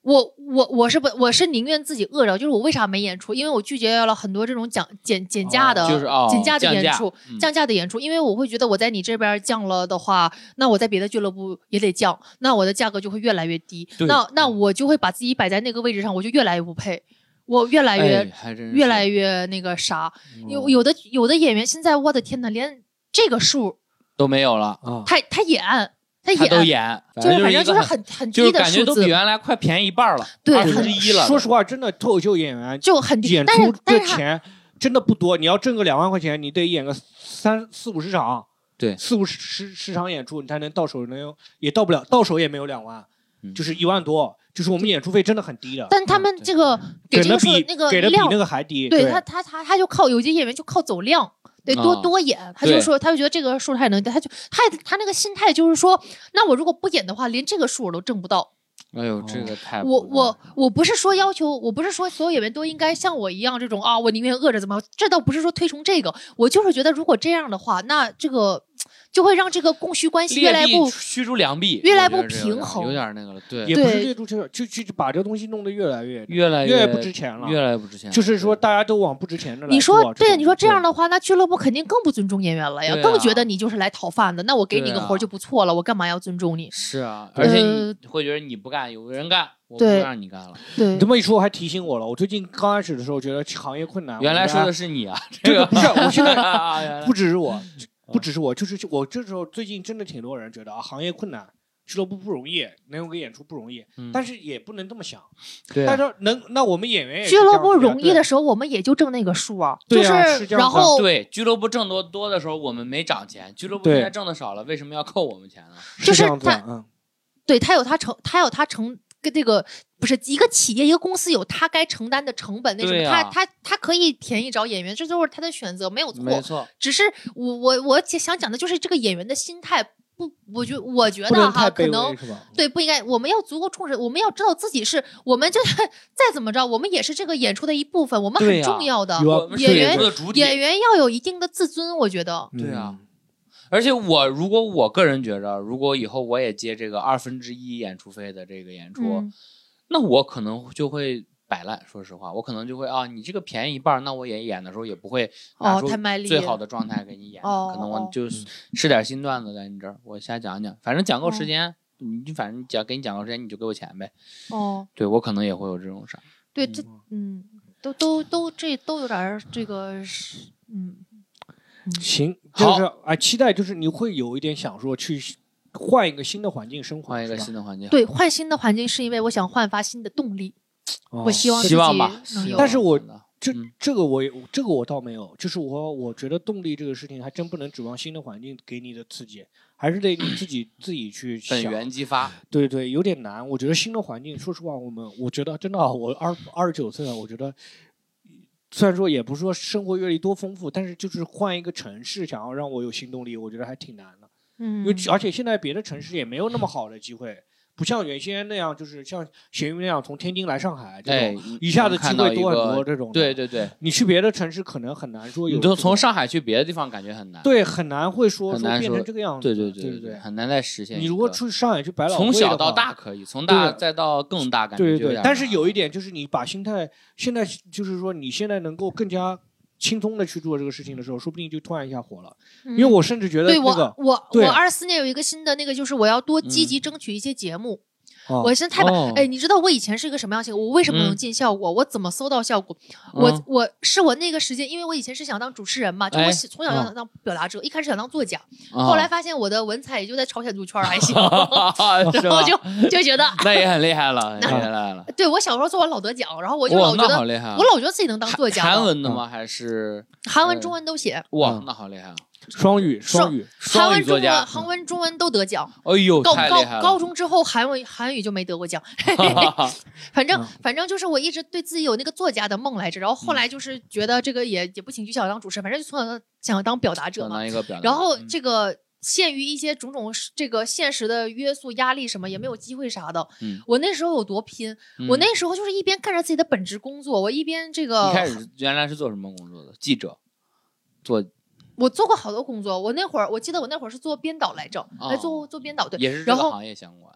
C: 我我我是不我是宁愿自己饿着，就是我为啥没演出？因为我拒绝了很多这种讲减减价的、
B: 就是哦
C: 减价的
B: 降
C: 演
B: 价
C: 出、
B: 嗯
C: 降价的演出，因为我会觉得我在你这边降了的话，那我在别的俱乐部也得降，那我的价格就会越来越低，
B: 对嗯
C: 那那我就会把自己摆在那个位置上，我就越来越不配，我越来越、
B: 哎还真是
C: 越来
B: 哎
C: 越那个啥，
A: 哦
B: 嗯
C: 有有的有的演员现在我的天呐，连这个数
B: 都没有了，
A: 啊，
C: 他他也按他也
B: 他都
C: 按。
B: 演，
C: 就
B: 反
C: 反
B: 正
C: 正
B: 就
C: 就是
B: 一个
C: 很很
B: 就是
C: 低的
B: 感觉
C: 数
B: 都
C: 字
B: 比，原来快便宜一半了，
C: 对
B: 二分
C: 很
B: 之一了。
A: 说实话，真的脱口秀演员
C: 就很低，
A: 演
C: 但
A: 出
C: 是但
A: 的
C: 是他
A: 钱真的不多，你要挣个两万块钱，你得演个三四五十场，
B: 对
A: 四五十十十场演出，你才能到手能有，也到不了，到手也没有两万，
B: 嗯
A: 就是一万多，就是我们演出费真的很低的，
C: 但他们
B: 对
C: 这个
A: 给
C: 给这
A: 的
C: 个数
A: 比
C: 那个
A: 给的比
C: 量
A: 那，个还低，
C: 对
A: 对
C: 他他他他就靠有些演员就靠走量。对，多
B: 啊
C: 多演，他就
B: 对
C: 说，他就觉得这个数他也能，他就他他那个心态就是说，那我如果不演的话，连这个数我都挣不到。
B: 哎呦，这个太
C: 我
B: 不一样
C: 我我不是说要求，我不是说所有演员都应该像我一样这种啊，我宁愿饿着怎么样？这倒不是说推崇这个，我就是觉得如果这样的话，那这个就会让这个供需关系越
B: 劣
C: 来
B: 币
C: 越不
B: 驱逐良币，
C: 越来
B: 我觉
C: 不
B: 得这有点
C: 平衡
B: 有点那个了，对，
A: 也不是
C: 对
A: 列出去了，就就就把这东西弄得越来越
B: 越来
A: 越来不值钱了
B: 越来不值钱了。
A: 就是说，大家都往不值钱的来做。
C: 嗯你说
A: 这
C: 对，
A: 种
C: 你说这样
A: 对
C: 的话，那俱乐部肯定更不尊重演员了呀，
B: 对啊
C: 更觉得你就是来讨饭的。那我给你
B: 对
C: 个
B: 啊
C: 活儿就不错了，我干嘛要尊重你？
B: 是啊，
A: 对
B: 而且你会觉得你不干，有人干，我不
C: 呃对
B: 让你干了。
C: 对
A: 你这么一说，还提醒我了。我最近刚开始的时候觉得行业困难，
B: 原来
A: 我们
B: 说
A: 家
B: 的是 你啊，这
A: 这个
B: 个
A: 不是， 我现在
B: 啊原来
A: 不只是我，不只是我，就是我这时候最近真的挺多人觉得啊，行业困难，俱乐部不容易，能有个演出不容易，
B: 嗯
A: 但是也不能这么想。
C: 啊
B: 对啊
A: 他说能，那我们演员也是
C: 俱
A: 这
C: 乐
A: 样
C: 部
A: 子
C: 容易
A: 对
C: 的时候，我们也就挣那个数啊，
A: 对
C: 就
A: 啊是这样
C: 然
A: 子啊
C: 后
B: 对俱乐部挣多多的时候，我们没涨钱，俱乐部
A: 对
B: 现在挣的少了，为什么要扣我们钱呢？
A: 是
C: 就是
A: 这样子
C: 他
A: 的，嗯，
C: 对他有他承，他有他承跟这个不是一个企业一个公司有他该承担的成本，那什
B: 对
C: 么，
A: 啊
B: 呀
C: 他他他可以便宜找演员，这都是他的选择，没有错。
B: 没错，
C: 只是我我我想讲的就是这个演员的心态。不，我觉我觉
A: 不
C: 得
A: 能
C: 哈，
A: 太
C: 啊可
A: 卑
C: 能
A: 微是吧？
C: 对，不应该，我们要足够重视，我们要知道自己是，我们就是 再怎么着，我们也是这个演出的一部分，我们
B: 对
C: 很
B: 呀
C: 重要的。
A: 有啊
B: 我们是
C: 演
B: 演
C: 员
B: 出的主体，
C: 演员要有一定的自尊，我觉得。
A: 嗯
B: 对啊，而且我如果我个人觉着，如果以后我也接这个二分之一演出费的这个演出，
C: 嗯，
B: 那我可能就会摆烂。说实话，我可能就会啊，你这个便宜一半儿，那我也演的时候也不会拿
C: 哦
B: 出
C: 太卖力
B: 最好的状态给你演了。
C: 哦
B: 可能我
C: 哦
B: 就
A: 嗯
B: 吃点新段子在你这儿，我瞎讲讲，反正讲够时间。你就反正讲给你讲够时间，你就给我钱呗。
C: 哦，
B: 对我可能也会有这种啥，
C: 对，这嗯，都都都这都有点儿这个是，嗯，
A: 行，
B: 好
A: 就是啊，期待就是你会有一点想说去换一个新的环境生活，
B: 换一个
A: 是吧
B: 新的环境。
C: 对，换新的环境是因为我想焕发新的动力，
A: 哦
C: 我希望自
B: 希
C: 己
B: 望吧，
C: 能
B: 希
C: 有
B: 望
A: 但是我
B: 真的
A: 这
B: 嗯
A: 这个我也这个我倒没有，就是我我觉得动力这个事情还真不能指望新的环境给你的刺激，还是得你自己自己去
B: 本
A: 想
B: 源激发，
A: 对对，有点难。我觉得新的环境，说实话，我们我觉得真的啊，我二二十九岁了，我觉得虽然说也不是说生活阅历多丰富，但是就是换一个城市，想要让我有新动力，我觉得还挺难的。因
C: 嗯
A: 为，而且现在别的城市也没有那么好的机会，不像原先那样，就是像咸鱼那样从天津来上海这
B: 哎
A: 种，，一下子
B: 能
A: 机
B: 看到
A: 会
B: 一
A: 多很
B: 个
A: 多这种的。
B: 对对对，
A: 你去别的城市可能很难说有
B: 你
A: 这
B: 就
A: 种，
B: 从上海去别的地方感觉很难。
A: 对很难会说
B: 很
A: 说
B: 难
A: 变成
B: 说
A: 这个样子
B: 对
A: 的，
B: 对
A: 对
B: 对很难再实现一个。
A: 你如果出去上海去百老汇
B: 从小
A: 的
B: 到
A: 话
B: 大可以，从大
A: 对
B: 再到更大，感觉
A: 对
B: 就有
A: 对对
B: 点，
A: 但是有一
B: 难了
A: 点就是，你把心态现在就是说，你现在能够更加轻松的去做这个事情的时候，说不定就突然一下火了。因为
C: 嗯
A: 我甚至觉得
C: 对
A: 那
C: 我
A: 个，
C: 我
A: 对
C: 我二四年有一个新的那个，就是我要多积
B: 嗯
C: 极争取一些节目。
A: 啊
C: 我现在太把
B: 哦
C: 哎，你知道我以前是一个什么样性格？我为什么能
B: 嗯
C: 进效果？我怎么搜到效果？
B: 嗯
C: 我我是我那个时间，因为我以前是想当主持人嘛，就
B: 哎
C: 我喜从小
A: 嗯哦
C: 想当表达者，一开始想当作家，
B: 啊
C: 后来发现我的文采也就在朝鲜族圈儿 还行，
B: 哦是
C: 然后
B: 吧？
C: 就就觉得，哎
B: 那也很厉害了，很
A: 那
B: 厉害了。
C: 对我小时候做完老得奖，然后 我就
B: 哇
C: 老，觉
B: 那好
C: 得。
B: 厉害啊！
C: 我老觉得自己能当作家的，嗯
B: 韩文的吗？还是
C: 韩文、中文都写，
B: 哇
A: 嗯？
B: 那好厉害啊！
A: 双语，双语，
C: 韩
B: 双
C: 文、
B: 语作
C: 中文、
B: 家，
C: 韩文、中文都得奖。
B: 哎呦，
C: 高
B: 太厉
C: 高
B: 害了！
C: 高中之后，韩文韩语就没 得过奖。 反
B: 嗯
C: 正反正就是我一直对自己有那个作家的梦来着，然后后来就是觉得这个也也不行，就想当主持人，反正就从小想当表达者
B: 相
C: 嘛。
B: 当于一个表达。
C: 然后
B: 嗯
C: 这个限于一些种种是这个现实的约束、压力什么，也没有机会啥的。
B: 嗯
C: 我那时候有多拼，我
B: 嗯
C: 那时候就是一边干着自己的本职工作，我一边这
B: 你开
C: 个
B: 始原来是做什么工作的？记者，做
C: 我做过好多工作。我那会儿我记得我那会儿是做编导来着，来做做编导对，
B: 哦也是这
C: 然
B: 个
C: 后
B: 行业相关。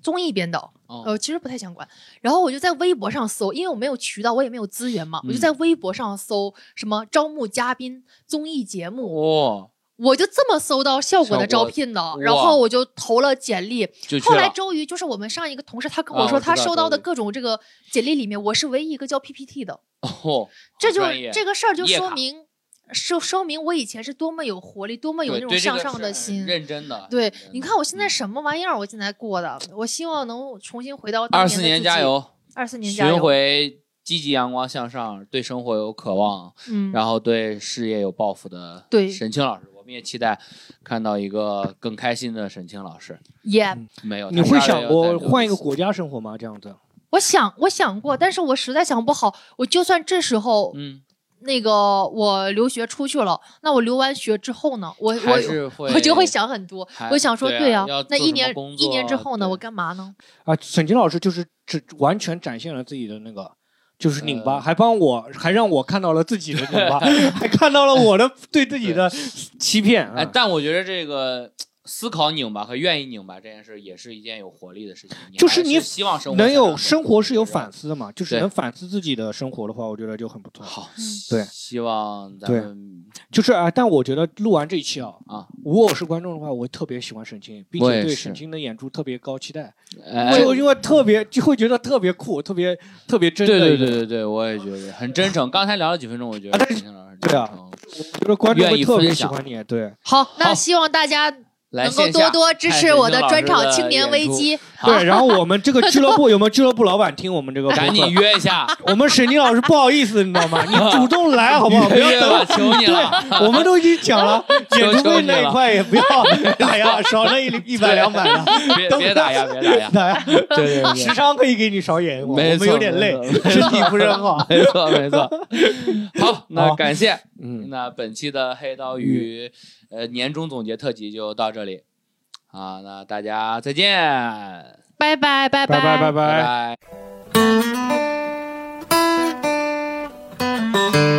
C: 综艺编导。
B: 哦
C: 呃，其实不太相关。然后我就在微博上搜，因为我没有渠道，我也没有资源嘛，我就
B: 嗯
C: 在微博上搜什么招募嘉宾、综艺节目，
B: 哦，
C: 我就这么搜到效果的
B: 效
C: 招
B: 果
C: 聘的
B: 哇，
C: 然后我就投了简历。
B: 就去
C: 后来
B: 了。
C: 周瑜就是我们上一个同事，他跟
B: 啊
C: 我
B: 我
C: 说
B: 知
C: 他
B: 道
C: 收到
B: 周
C: 的
B: 瑜
C: 各种这个简历里面，我是唯一一个交 PPT 的，
B: 哦，
C: 这就
B: 专业
C: 这个事儿就
B: 业
C: 说
B: 卡
C: 明，说说明我以前是多么有活力，多么有
B: 对
C: 那种
B: 对这
C: 向
B: 个
C: 上
B: 是
C: 的
B: 很
C: 心。
B: 认真的。
C: 对
B: 认，真
C: 你
B: 的
C: 看我现在
B: 嗯
C: 什么玩意儿？我现在过的，我希望能重新回到当
B: 二四
C: 年
B: 年
C: 的自
B: 加
C: 己！
B: 油，
C: 二四年加
B: 寻
C: 油！
B: 回积极、阳光、向上，对生活有渴望，
C: 嗯，
B: 然后对事业有抱负的
C: 对
B: 沈清老师，我们也期待看到一个更开心的沈清老师。
C: 也
B: 没有，
A: 你
B: 他
A: 会
B: 大概
A: 想
B: 要
A: 过
B: 在六
A: 换一
B: 十
A: 个国家生活吗？这样子，
C: 我想我想过，但是我实在想不好。我就算这时候、
B: 嗯，
C: 那个我留学出去了，那我留完学之后呢？我
B: 还是
C: 我
B: 会
C: 我就会想很多
B: 还。
C: 我想说，
B: 对啊
C: 呀、
B: 要做
C: 那
B: 什么
C: 一年
B: 工
C: 一年之
B: 作
C: 后呢，
B: 对
C: 我干嘛 呢？
A: 啊，沈清老师就是只完全展现了自己的那个。就是拧巴，
B: 呃
A: 还帮我，还让我看到了自己的拧 巴，还看到了我的对自己的欺骗
B: 哎
A: 啊，！
B: 但我觉得这个思考拧巴和愿意拧巴这件事，也是一件有活力的事情。
A: 就
B: 还
A: 是
B: 是
A: 你
B: 希望生活
A: 能
B: 向
A: 有
B: 上
A: 生活是有
B: 是
A: 反思的嘛，就是
B: 对
A: 能反思自己的生活的话，我觉得就很不错。
B: 好，
C: 嗯
A: 对
B: 希望咱
A: 对
B: 们
A: 就是啊，但我觉得录完这一期啊，
B: 啊，
A: 如果我是观众的话，我特别喜欢沈清，并
B: 我也
A: 且对
B: 是
A: 沈清的演出特别高期待，
B: 哎
A: 就因为特别就会觉得特别酷，特别特别真的
B: 对
A: 一个。
B: 对对对对，我也觉得很真诚。刚才聊了几分钟，我觉得
A: 啊
B: 沈清老师很
A: 对啊
B: 真诚
A: 我觉得观众
B: 愿
A: 会
B: 意
A: 特别
B: 分
A: 喜
B: 享
A: 欢你，对
C: 好，那
B: 好
C: 希望大家
B: 来
C: 能够
B: 线
C: 多
B: 下
C: 多支
B: 看
C: 持
B: 沈
C: 我
B: 清老
C: 专
B: 师
C: 场
B: 的
C: 《青年
B: 演
C: 危
B: 出
C: 机》。
A: 对。然后我们这个俱乐部有没有俱乐部老板听我们这个播
B: 赶紧
A: 客？
B: 约 一下，
A: 我们沈清老师不好意思，你知道吗？你主动来好不 好？不要
B: 约
A: 等
B: 吧，哎求你了。
A: 我们都已经讲了，演出费那一块也不 要，哎呀，少那一一百两百了，
B: 别别打呀，别打 呀，
A: 哎呀，
B: 对对
A: 时常可以给你少演一会儿，
B: 没
A: 我
B: 错
A: 们有点累，身体不是很好。
B: 对，没错 没错。好，那
A: 好
B: 感谢，
A: 嗯，
B: 那本期的黑刀鱼呃年终总结特辑就到这里，啊，那大家再见，
C: 拜拜
A: 拜
C: 拜
A: 拜拜
B: 拜
A: 拜。
B: 拜。
E: Thank